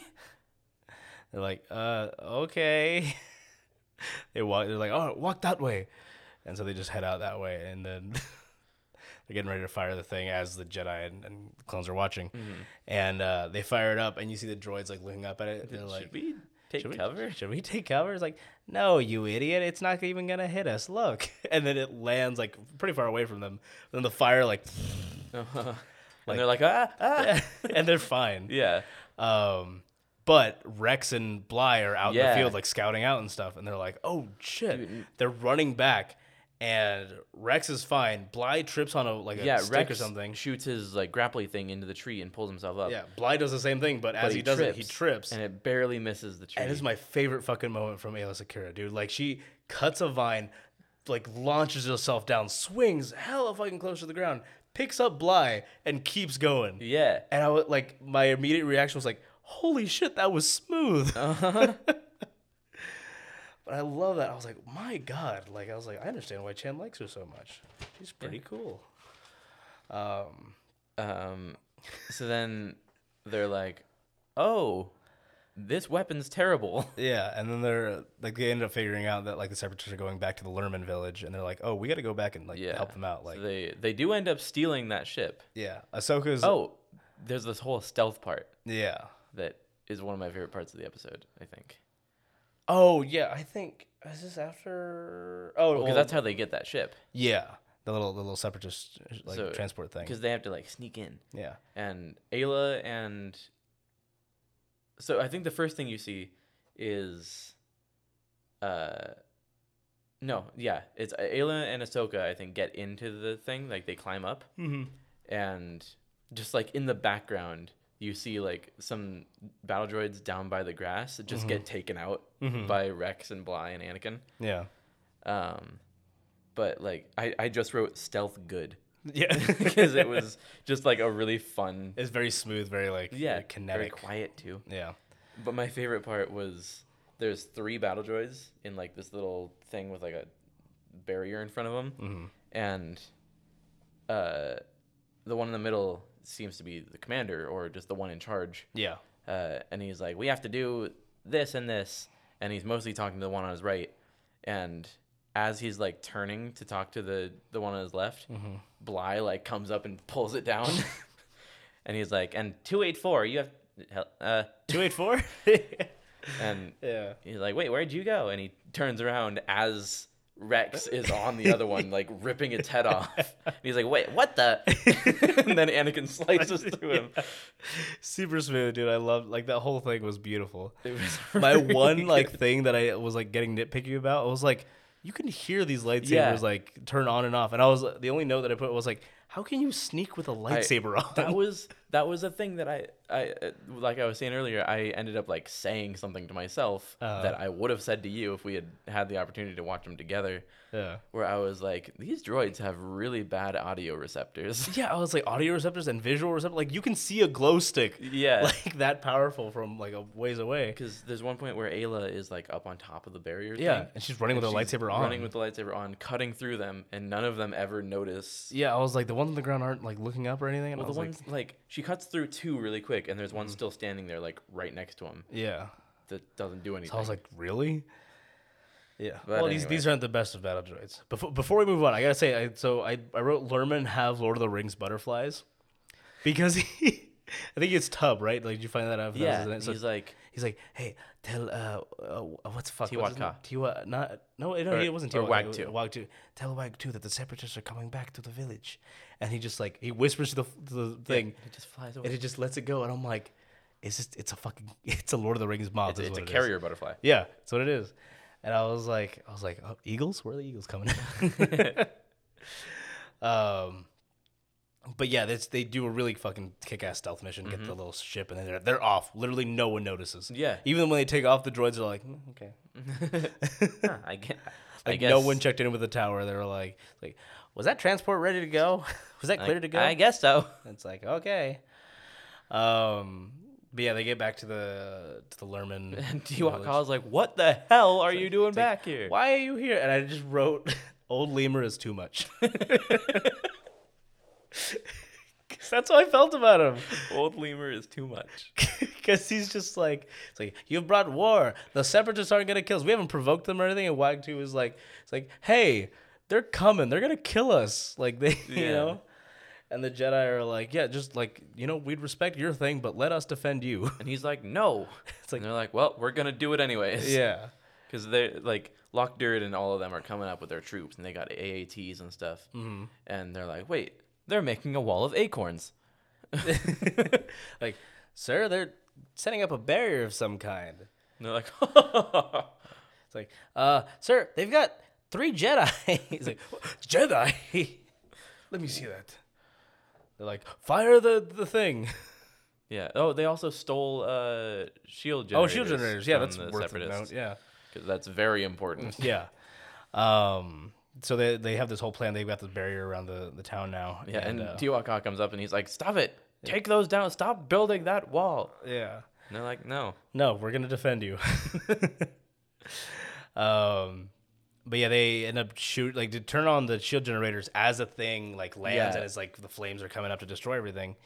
S4: They're like, uh, okay. they walk. They're like, oh, walk that way, and so they just head out that way, and then they're getting ready to fire the thing as the Jedi and, and clones are watching,
S2: Mm-hmm.
S4: and uh, they fire it up, and you see the droids like looking up at it. They're like,
S2: should we take
S4: Should we-
S2: cover?
S4: Should we take cover? It's like, no, you idiot! It's not even gonna hit us. Look, and then it lands like pretty far away from them. Then the fire like,
S2: and they're like, "Ah, ah."
S4: and they're fine.
S2: yeah.
S4: Um, but Rex and Bly are out in
S2: Yeah.
S4: the field like scouting out and stuff, and they're like, oh shit! They're running back, and Rex is fine. Bly trips on a like a
S2: yeah,
S4: stick
S2: Rex
S4: or something.
S2: shoots his like grappling thing into the tree and pulls himself up.
S4: Yeah, Bly does the same thing, but,
S2: But
S4: as he, does it, he trips.
S2: and it barely misses the tree.
S4: And it's my favorite fucking moment from Ayla Sakura, dude. Like she cuts a vine, like launches herself down, swings hella fucking close to the ground, picks up Bly, and keeps going.
S2: yeah,
S4: And I was like, my immediate reaction was like, holy shit, that was smooth. Uh-huh. but I love that. I was like, my God. Like, I was like, I understand why Chan likes her so much. She's pretty cool.
S2: Um, so then they're like, "Oh, this weapon's terrible."
S4: Yeah, and then they're like they ended up figuring out that like the separatists are going back to the Lerman village, and they're like, "Oh, we got to go back and like
S2: Yeah,
S4: help them out." Like,
S2: so they they do end up stealing that ship.
S4: yeah, Ahsoka's
S2: Oh, there's this whole stealth part
S4: Yeah.
S2: that is one of my favorite parts of the episode. I think
S4: Oh yeah, I think is this after? Oh,
S2: because
S4: well,
S2: that's how they get that ship
S4: yeah, the little the little separatist like
S2: So-
S4: transport thing.
S2: because they have to like sneak in.
S4: Yeah,
S2: and Ayla and so I think the first thing you see is uh no, yeah, it's Ayla and Ahsoka I think get into the thing like they climb up. And just like in the background you see like some battle droids down by the grass just get taken out by Rex and Bly and Anakin.
S4: yeah,
S2: Um but like I, I just wrote stealth good
S4: yeah.
S2: because it was just like a really fun
S4: it's very smooth, very like
S2: yeah,
S4: yeah,
S2: Very
S4: kinetic.
S2: quiet too.
S4: yeah,
S2: But my favorite part was there's three battle droids in like this little thing with like a barrier in front of them, and uh, the one in the middle seems to be the commander or just the one in charge.
S4: yeah,
S2: Uh, and he's like, "We have to do this and this," and he's mostly talking to the one on his right, and. As he's like turning to talk to the the one on his left, Bly like comes up and pulls it down, and he's like, "And two eight four, you have hel- uh,
S4: two eight four.
S2: and
S4: Yeah,
S2: he's like, "Wait, where'd you go?" And he turns around as Rex is on the other one, like ripping its head off. And he's like, "Wait, what the?" and then Anakin slices through him.
S4: super smooth, dude. I love like that whole thing was beautiful.
S2: It was
S4: My
S2: really
S4: one
S2: good.
S4: like thing that I was like getting nitpicky about, I was like, you can hear these lightsabers
S2: Yeah.
S4: like turn on and off, and I was the only note that I put was like, how can you sneak with a lightsaber on?
S2: that was that was a thing that I, I uh, like I was saying earlier. I ended up like saying something to myself
S4: Oh.
S2: that I would have said to you if we had had the opportunity to watch them together.
S4: Yeah.
S2: Where I was like, these droids have really bad audio receptors.
S4: Yeah, I was like audio receptors and visual receptors. Like you can see a glow stick.
S2: Yeah.
S4: Like that powerful from like a ways away.
S2: Because there's one point where Ayla is like up on top of the barrier.
S4: Yeah,
S2: thing,
S4: and she's running with her
S2: she's
S4: lightsaber on.
S2: running with the lightsaber on, cutting through them, and none of them ever notice.
S4: yeah, I was like the ones on the ground aren't like looking up or anything. And
S2: Well,
S4: I
S2: the
S4: was
S2: ones like... she cuts through two really quick, and there's
S4: Mm-hmm.
S2: one still standing there, like right next to him,
S4: like, yeah.
S2: that doesn't do anything.
S4: So I was like, really? Yeah.
S2: But
S4: well, these
S2: anyway.
S4: these aren't the best of battle droids. Before before we move on, I gotta say, I, so I I wrote Lerman have Lord of the Rings butterflies because he, I think it's Tub, right? Like, did you find that out? if that was
S2: yeah.
S4: his name?
S2: and
S4: So
S2: he's like,
S4: He's like, hey, tell uh, uh what's the fuck? what's his
S2: Tiwaka.
S4: name? Tiwa, not no, it, no,
S2: Or-
S4: it wasn't
S2: or
S4: Tiwaka.
S2: Wagtu.
S4: it was Wagtu. Tell Wagtu that the separatists are coming back to the village, and he just like he whispers to the to the thing,
S2: it just flies
S4: and
S2: away.
S4: it just lets it go, and I'm like, it's just it's a fucking it's a Lord of the Rings mob.
S2: It's,
S4: is
S2: it's
S4: what
S2: a
S4: it is.
S2: carrier butterfly.
S4: Yeah, that's what it is. And I was like, I was like, oh, eagles? Where are the eagles coming? um, but yeah, that's they do a really fucking kick-ass stealth mission, get the little ship, and then they're they're off. Literally, no one notices.
S2: Mm-hmm. Yeah.
S4: even when they take off, the droids are like, "Mm, okay.
S2: Huh, I guess. I
S4: Like
S2: guess
S4: no one checked in with the tower. They were like, like, was that transport ready to go? was that
S2: I-
S4: clear to go?
S2: I guess so.
S4: It's like okay. Um, but yeah, they get back to the to the Lerman.
S2: And
S4: village.
S2: Tiwaka was like, "What the hell are you doing
S4: It's like,
S2: back here?"
S4: Why are you here? And I just wrote, "Old lemur is too much." 'Cause that's how I felt about him.
S2: Old lemur is too much.
S4: Because he's just like, it's like you've brought war. The separatists aren't gonna kill us. We haven't provoked them or anything. And Wagtu is like, it's like, hey, they're coming. They're gonna kill us. Like they, you
S2: Yeah.
S4: know. And the Jedi are like, yeah, just like you know, we'd respect your thing, but let us defend you.
S2: And he's like, "No." It's like, and they're like, "Well, we're gonna do it anyways."
S4: yeah.
S2: Because they're like Lock Durid and all of them are coming up with their troops, and they got AATs and stuff. Mm-hmm. And they're like, "Wait, they're making a wall of acorns."
S4: like, sir, they're setting up a barrier of some kind.
S2: And they're like,
S4: It's like, uh, sir, they've got three Jedi. He's like, Jedi? Let me see that. They're like, fire the, the thing.
S2: "Yeah." Oh, they also stole uh, shield
S4: Oh,
S2: generators.
S4: shield generators. Yeah,
S2: from
S4: that's worth a note. Yeah.
S2: 'Cause that's very important.
S4: Yeah. Um, so they, they have this whole plan. They've got this barrier around the, the town now.
S2: Yeah, and,
S4: uh,
S2: Tiwaka comes up and he's like, "Stop it! Take those down! Stop building that wall!"
S4: yeah.
S2: And they're like, "No."
S4: No, we're gonna defend you. um, but yeah, they end up shoot like to turn on the shield generators as a thing like lands
S2: Yeah.
S4: and it's like the flames are coming up to destroy everything,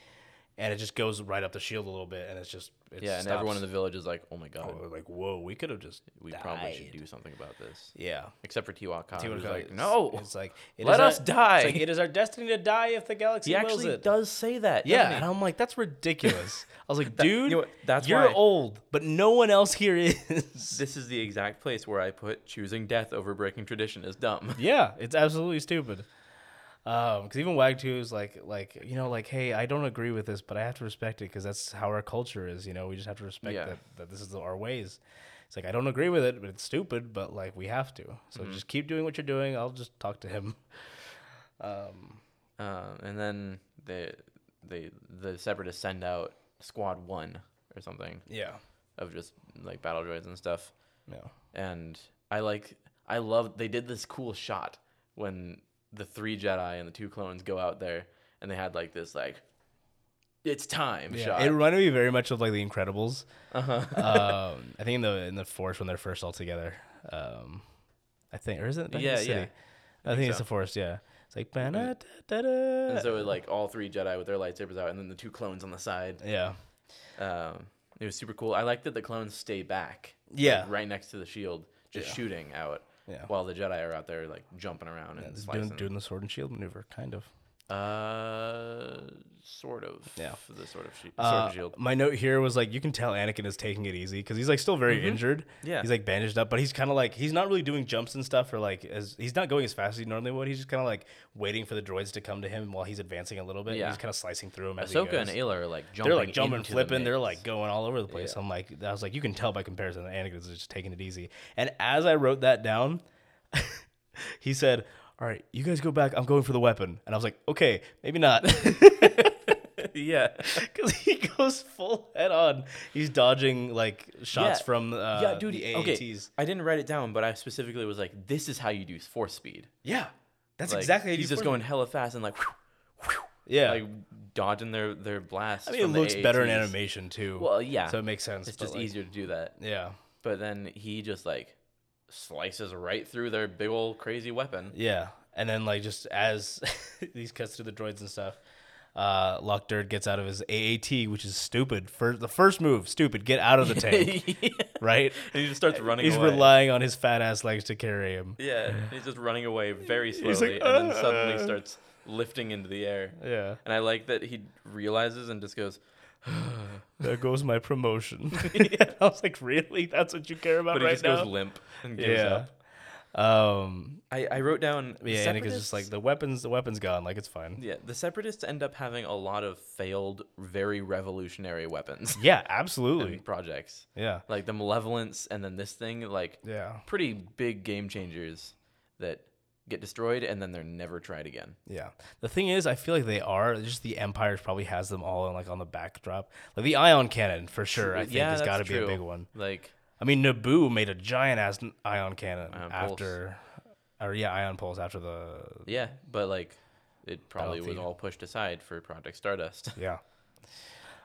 S4: and it just goes right up the shield a little bit and it's just it
S2: Yeah, and
S4: stops.
S2: everyone in the village is like, "Oh my god,
S4: We're like whoa, we could have just
S2: we probably should
S4: died."
S2: do something about this."
S4: yeah.
S2: Except for Tiwaka,
S4: He
S2: who's
S4: would've
S2: like,
S4: gone-
S2: "No."
S4: it's like it
S2: Let
S4: is our-
S2: us die.
S4: It's like, it is our destiny to die if the galaxy
S2: he
S4: wills
S2: actually
S4: it.
S2: does say that.
S4: Yeah,
S2: doesn't
S4: and
S2: he?
S4: I'm like, that's ridiculous. I was like, dude,
S2: know what, that's
S4: you're
S2: why-
S4: old, but no one else here is.
S2: this is the exact place where I put choosing death over breaking tradition is dumb.
S4: Yeah, it's absolutely stupid. Um, because even Wagtu is like, like you know, like, hey, I don't agree with this, but I have to respect it because that's how our culture is. You know, we just have to respect
S2: Yeah.
S4: that that this is our ways. It's like I don't agree with it, but it's stupid. But like we have to, so just keep doing what you're doing. I'll just talk to him.
S2: Um, and then the the the separatists send out Squad One or something
S4: Yeah,
S2: of just like battle droids and stuff.
S4: no,
S2: and I like I love they did this cool shot when the three Jedi and the two clones go out there and they had like this like it's time shot.
S4: It reminded me very much of like The Incredibles. Uh-huh. um, I think in the in the forest when they're first all together. Um, I think or is it? I think
S2: Yeah,
S4: it's the
S2: yeah.
S4: city. I think, it's the forest. Yeah, it's like da da da.
S2: and so like all three Jedi with their lightsabers out and then the two clones on the side.
S4: Yeah.
S2: Um, it was super cool. I like that the clones stay back. like,
S4: Yeah.
S2: right next to the shield, just shooting out.
S4: Yeah.
S2: While the Jedi are out there like jumping around and
S4: It's doing,
S2: slicing.
S4: doing the sword and shield maneuver, kind of.
S2: Uh sort of.
S4: Yeah.
S2: The sort of, shi-
S4: Uh,
S2: sort of shield.
S4: my note here was like, you can tell Anakin is taking it easy because he's like still very injured.
S2: Mm-hmm. Yeah.
S4: he's like bandaged up, but he's kind of like he's not really doing jumps and stuff or like as he's not going as fast as he normally would. He's just kind of like waiting for the droids to come to him while he's advancing a little bit.
S2: Yeah.
S4: He's kind of slicing through him as he
S2: Ahsoka
S4: goes.
S2: and Ayla are like jumping.
S4: they're like jumping,
S2: into the
S4: flipping. they're
S2: mix.
S4: like going all over the place. I'm like, I was like, you can tell by comparison that Anakin is just taking it easy. And as I wrote that down, he said, "All right, you guys go back. I'm going for the weapon." And I was like, "Okay, maybe not." yeah, because he goes full head on. He's dodging like shots
S2: Yeah.
S4: from uh,
S2: yeah, dude.
S4: the
S2: okay,
S4: AATs.
S2: I didn't write it down, but I specifically was like, "This is how you do force speed."
S4: Yeah, that's
S2: Like,
S4: exactly. how
S2: He's
S4: you
S2: just
S4: form-
S2: going hella fast and like,
S4: Yeah,
S2: like dodging their their blasts.
S4: I mean, it
S2: from the
S4: looks better in
S2: AATs.
S4: animation too.
S2: Well, yeah,
S4: so it makes sense.
S2: it's
S4: but,
S2: just
S4: like,
S2: easier to do that.
S4: Yeah,
S2: But then he just like slices right through their big old crazy weapon.
S4: yeah, and then like just as these cuts through the droids and stuff. Uh, Lock Dirt gets out of his AAT, which is stupid. For the first move, stupid. Get out of the tank, right?
S2: And he just starts running
S4: He's
S2: away.
S4: relying on his fat ass legs to carry him.
S2: yeah, and he's just running away very slowly,
S4: like,
S2: and then
S4: "Uh."
S2: suddenly starts lifting into the air.
S4: Yeah,
S2: And I like that he realizes and just goes,
S4: there goes my promotion. I was like, really? That's what you care about
S2: but he
S4: right
S2: just
S4: now?
S2: goes limp and gives
S4: yeah.
S2: up.
S4: Um.
S2: I, I wrote down
S4: Yeah, and it's just
S2: Separatists-
S4: like the weapons. The weapons gone. Like it's fine.
S2: yeah, the separatists end up having a lot of failed, very revolutionary weapons
S4: Yeah, absolutely.
S2: and projects,
S4: Yeah.
S2: like the malevolence and then this thing, like
S4: Yeah.
S2: pretty big game changers that get destroyed and then they're never tried again.
S4: Yeah. The thing is, I feel like they are. it's Just the Empire probably has them all in, like on the backdrop. Like the Ion Cannon for sure. I think
S2: Yeah,
S4: has
S2: that's
S4: got to be a
S2: true.
S4: big one.
S2: Like
S4: I mean, Naboo made a giant ass Ion Cannon
S2: Ion Pulse.
S4: after, or yeah, Ion Pulse after the
S2: yeah, but like it probably was
S4: Battlefield.
S2: all pushed aside for Project Stardust.
S4: yeah.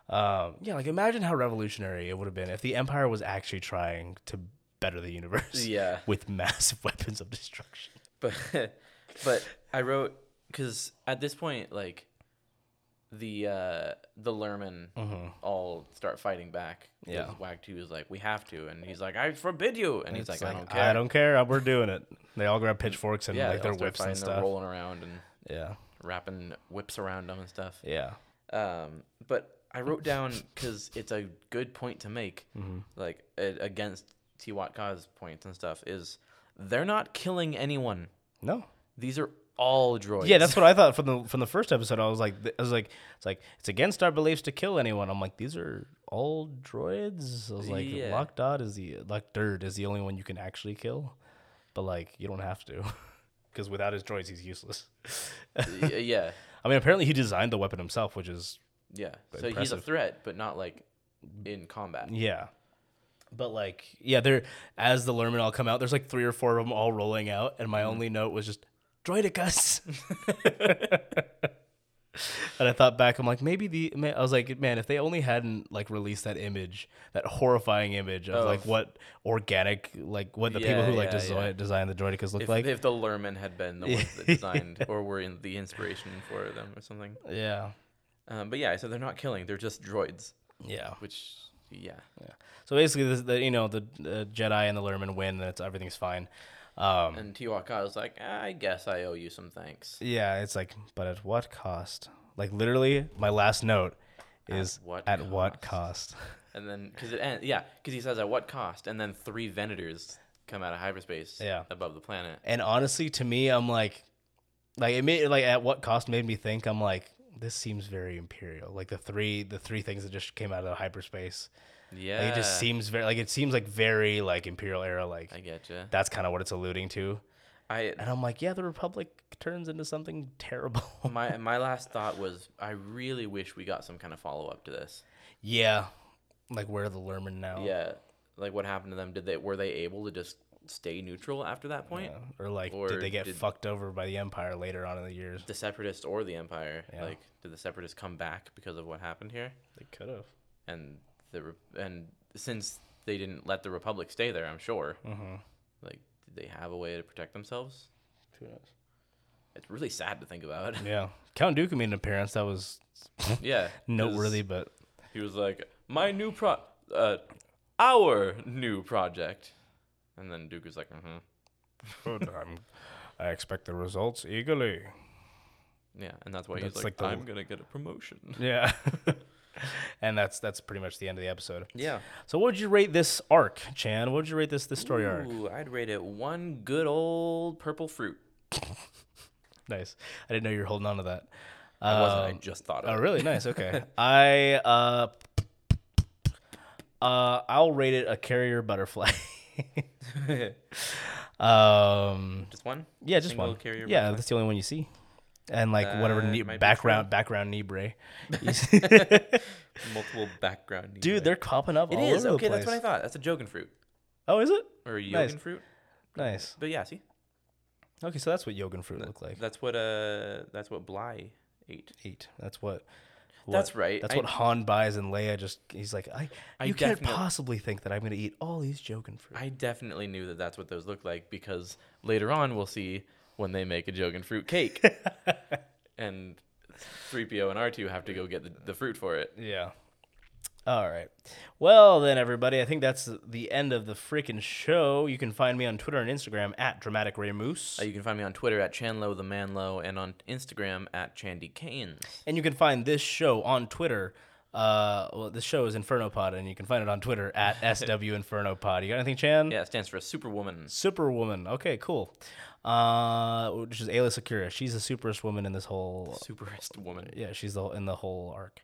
S4: Um, yeah, like imagine how revolutionary it would have been if the Empire was actually trying to better the universe.
S2: Yeah.
S4: With massive weapons of destruction.
S2: but but I wrote because at this point, like the uh the Lerman all start fighting back. 'cause
S4: Mm-hmm. Yeah.
S2: Wag Two is like, we have to, and he's like, I forbid you, and he's
S4: It's
S2: like, I don't care.
S4: I don't care. We're doing it. They all grab pitchforks and
S2: Yeah,
S4: like
S2: they
S4: their
S2: all start
S4: whips and
S2: fighting, they're
S4: stuff.
S2: rolling around and
S4: Yeah.
S2: wrapping whips around them and stuff.
S4: Yeah.
S2: Um, but I wrote down because it's a good point to make,
S4: Mm-hmm.
S2: like a- against T. Wat Ka's points and stuff is they're not killing anyone.
S4: No.
S2: These are all droids.
S4: Yeah, that's what I thought from the from the first episode. I was like, I was like, it's like it's against our beliefs to kill anyone. I'm like, these are all droids. I was like,
S2: Yeah.
S4: Lock Dot is the Lock Dirt is the only one you can actually kill, but like you don't have to, because without his droids, he's useless.
S2: Y- yeah,
S4: I mean, apparently he designed the weapon himself, which is
S2: yeah. So he's a
S4: impressive.
S2: threat, but not like in combat.
S4: yeah. But like, yeah, they're as the Lerman all come out. There's like three or four of them all rolling out, and
S2: Mm-hmm.
S4: my only note was just droidicus. and I thought back, I'm like, maybe the ma- I was like, man, if they only hadn't like released that image, that horrifying image of like
S2: Of-
S4: what organic, like what the people
S2: Yeah,
S4: who like
S2: yeah,
S4: design
S2: yeah.
S4: designed the droidicus look
S2: If,
S4: like.
S2: if the Lerman had been the ones that designed or were in the inspiration for them or something.
S4: yeah,
S2: Um, but yeah, so they're not killing; they're just droids.
S4: yeah.
S2: Which, yeah,
S4: So basically, this, the, you know, the uh, Jedi and the Lerman win. That's everything's fine. Um,
S2: and T. Wat Ka was like, "Ah, I guess I owe you some thanks.
S4: Yeah, it's like, but at what cost? Like literally, my last note is at
S2: what
S4: what, cost?
S2: And then, because it ends, yeah, because he says at what cost, and then three Venators come out of hyperspace
S4: Yeah.
S2: above the planet.
S4: And honestly, to me, I'm like, like it made like at what cost made me think. I'm like, this seems very imperial. Like the three the three things that just came out of the hyperspace.
S2: Yeah,
S4: Like, it just seems very like it seems like very like imperial era. Like
S2: I get you.
S4: that's kind of what it's alluding to.
S2: I
S4: And I'm like, yeah, the republic turns into something terrible.
S2: my my last thought was, I really wish we got some kind of follow up to this.
S4: yeah, like where are the Lerman now?
S2: Yeah, like what happened to them? Did they were they able to just stay neutral after that point?
S4: Yeah. Or like,
S2: Or
S4: did they get
S2: did-
S4: fucked over by the Empire later on in the years?
S2: The separatists or the Empire? Like, did the separatists come back because of what happened here?
S4: They could have.
S2: And the Re- and since they didn't let the Republic stay there, I'm sure.
S4: Mm-hmm.
S2: Like, did they have a way to protect themselves?
S4: Who knows?
S2: It's really sad to think about.
S4: Yeah, Count Dooku made an appearance that was
S2: yeah,
S4: noteworthy, but
S2: 'cause He was like, "My new pro, uh, our new project," and then Duke was like, "Mm-hmm."
S4: I'm, I expect the results eagerly.
S2: Yeah, and that's why he's
S4: That's
S2: like,
S4: like the-
S2: "I'm gonna get a promotion."
S4: Yeah, and that's that's pretty much the end of the episode.
S2: Yeah.
S4: So, what would you rate this arc, Chan? What would you rate this this story arc?
S2: Ooh, I'd rate it one good old purple fruit.
S4: Nice. I didn't know you were holding on to that.
S2: I wasn't. I
S4: Um,
S2: just thought
S4: Oh,
S2: of. it.
S4: really? Nice. Okay. I uh, uh, I'll rate it a carrier butterfly. um,
S2: Just one?
S4: yeah, just
S2: Single
S4: one.
S2: carrier
S4: yeah,
S2: butterfly?
S4: that's the only one you see. and like whatever
S2: That
S4: knee,
S2: might be
S4: background background Nibre.
S2: Multiple background.
S4: Dude, they're popping up
S2: It
S4: all
S2: is
S4: over
S2: okay.
S4: the place.
S2: That's what I thought. That's a jogan fruit
S4: Oh, is it?
S2: or a yogan
S4: Nice.
S2: fruit.
S4: Nice.
S2: But yeah, see,
S4: Okay, so that's what Yogan fruit looked like.
S2: that's what uh, that's what Bly ate.
S4: Eight. That's what. what-
S2: That's right.
S4: That's
S2: I-
S4: what Han buys, and Leia just he's like, I.
S2: I
S4: you can't
S2: definite-
S4: possibly think that I'm gonna eat all these Jogan fruit.
S2: I definitely knew that that's what those look like because later on we'll see when they make a Jogan fruit cake. and 3PO and R2 have to go get the, the fruit for it.
S4: Yeah. All right. Well, then, everybody, I think that's the end of the freaking show. You can find me on Twitter and Instagram at Dramatic Ray Moose.
S2: Uh, you can find me on Twitter at Chanlo the Manlo and on Instagram at Chandy Canes.
S4: And you can find this show on Twitter. Uh, well, this show is Inferno Pod, and you can find it on Twitter at SW Inferno Pod. You got anything, Chan?
S2: Yeah, it stands for Superwoman.
S4: Superwoman. Okay, cool. Uh, which is Ayla Secura. She's the superest woman in this whole.
S2: Superest woman.
S4: Yeah, she's the in the whole arc.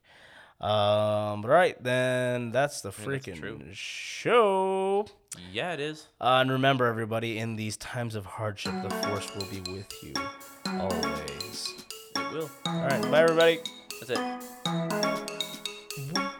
S4: Um, but all right, then that's the
S2: that's
S4: freaking
S2: true.
S4: show.
S2: Yeah, it is.
S4: Uh, and remember, everybody, in these times of hardship, the force will be with you always.
S2: It will.
S4: All right, bye, everybody.
S2: That's it.
S4: What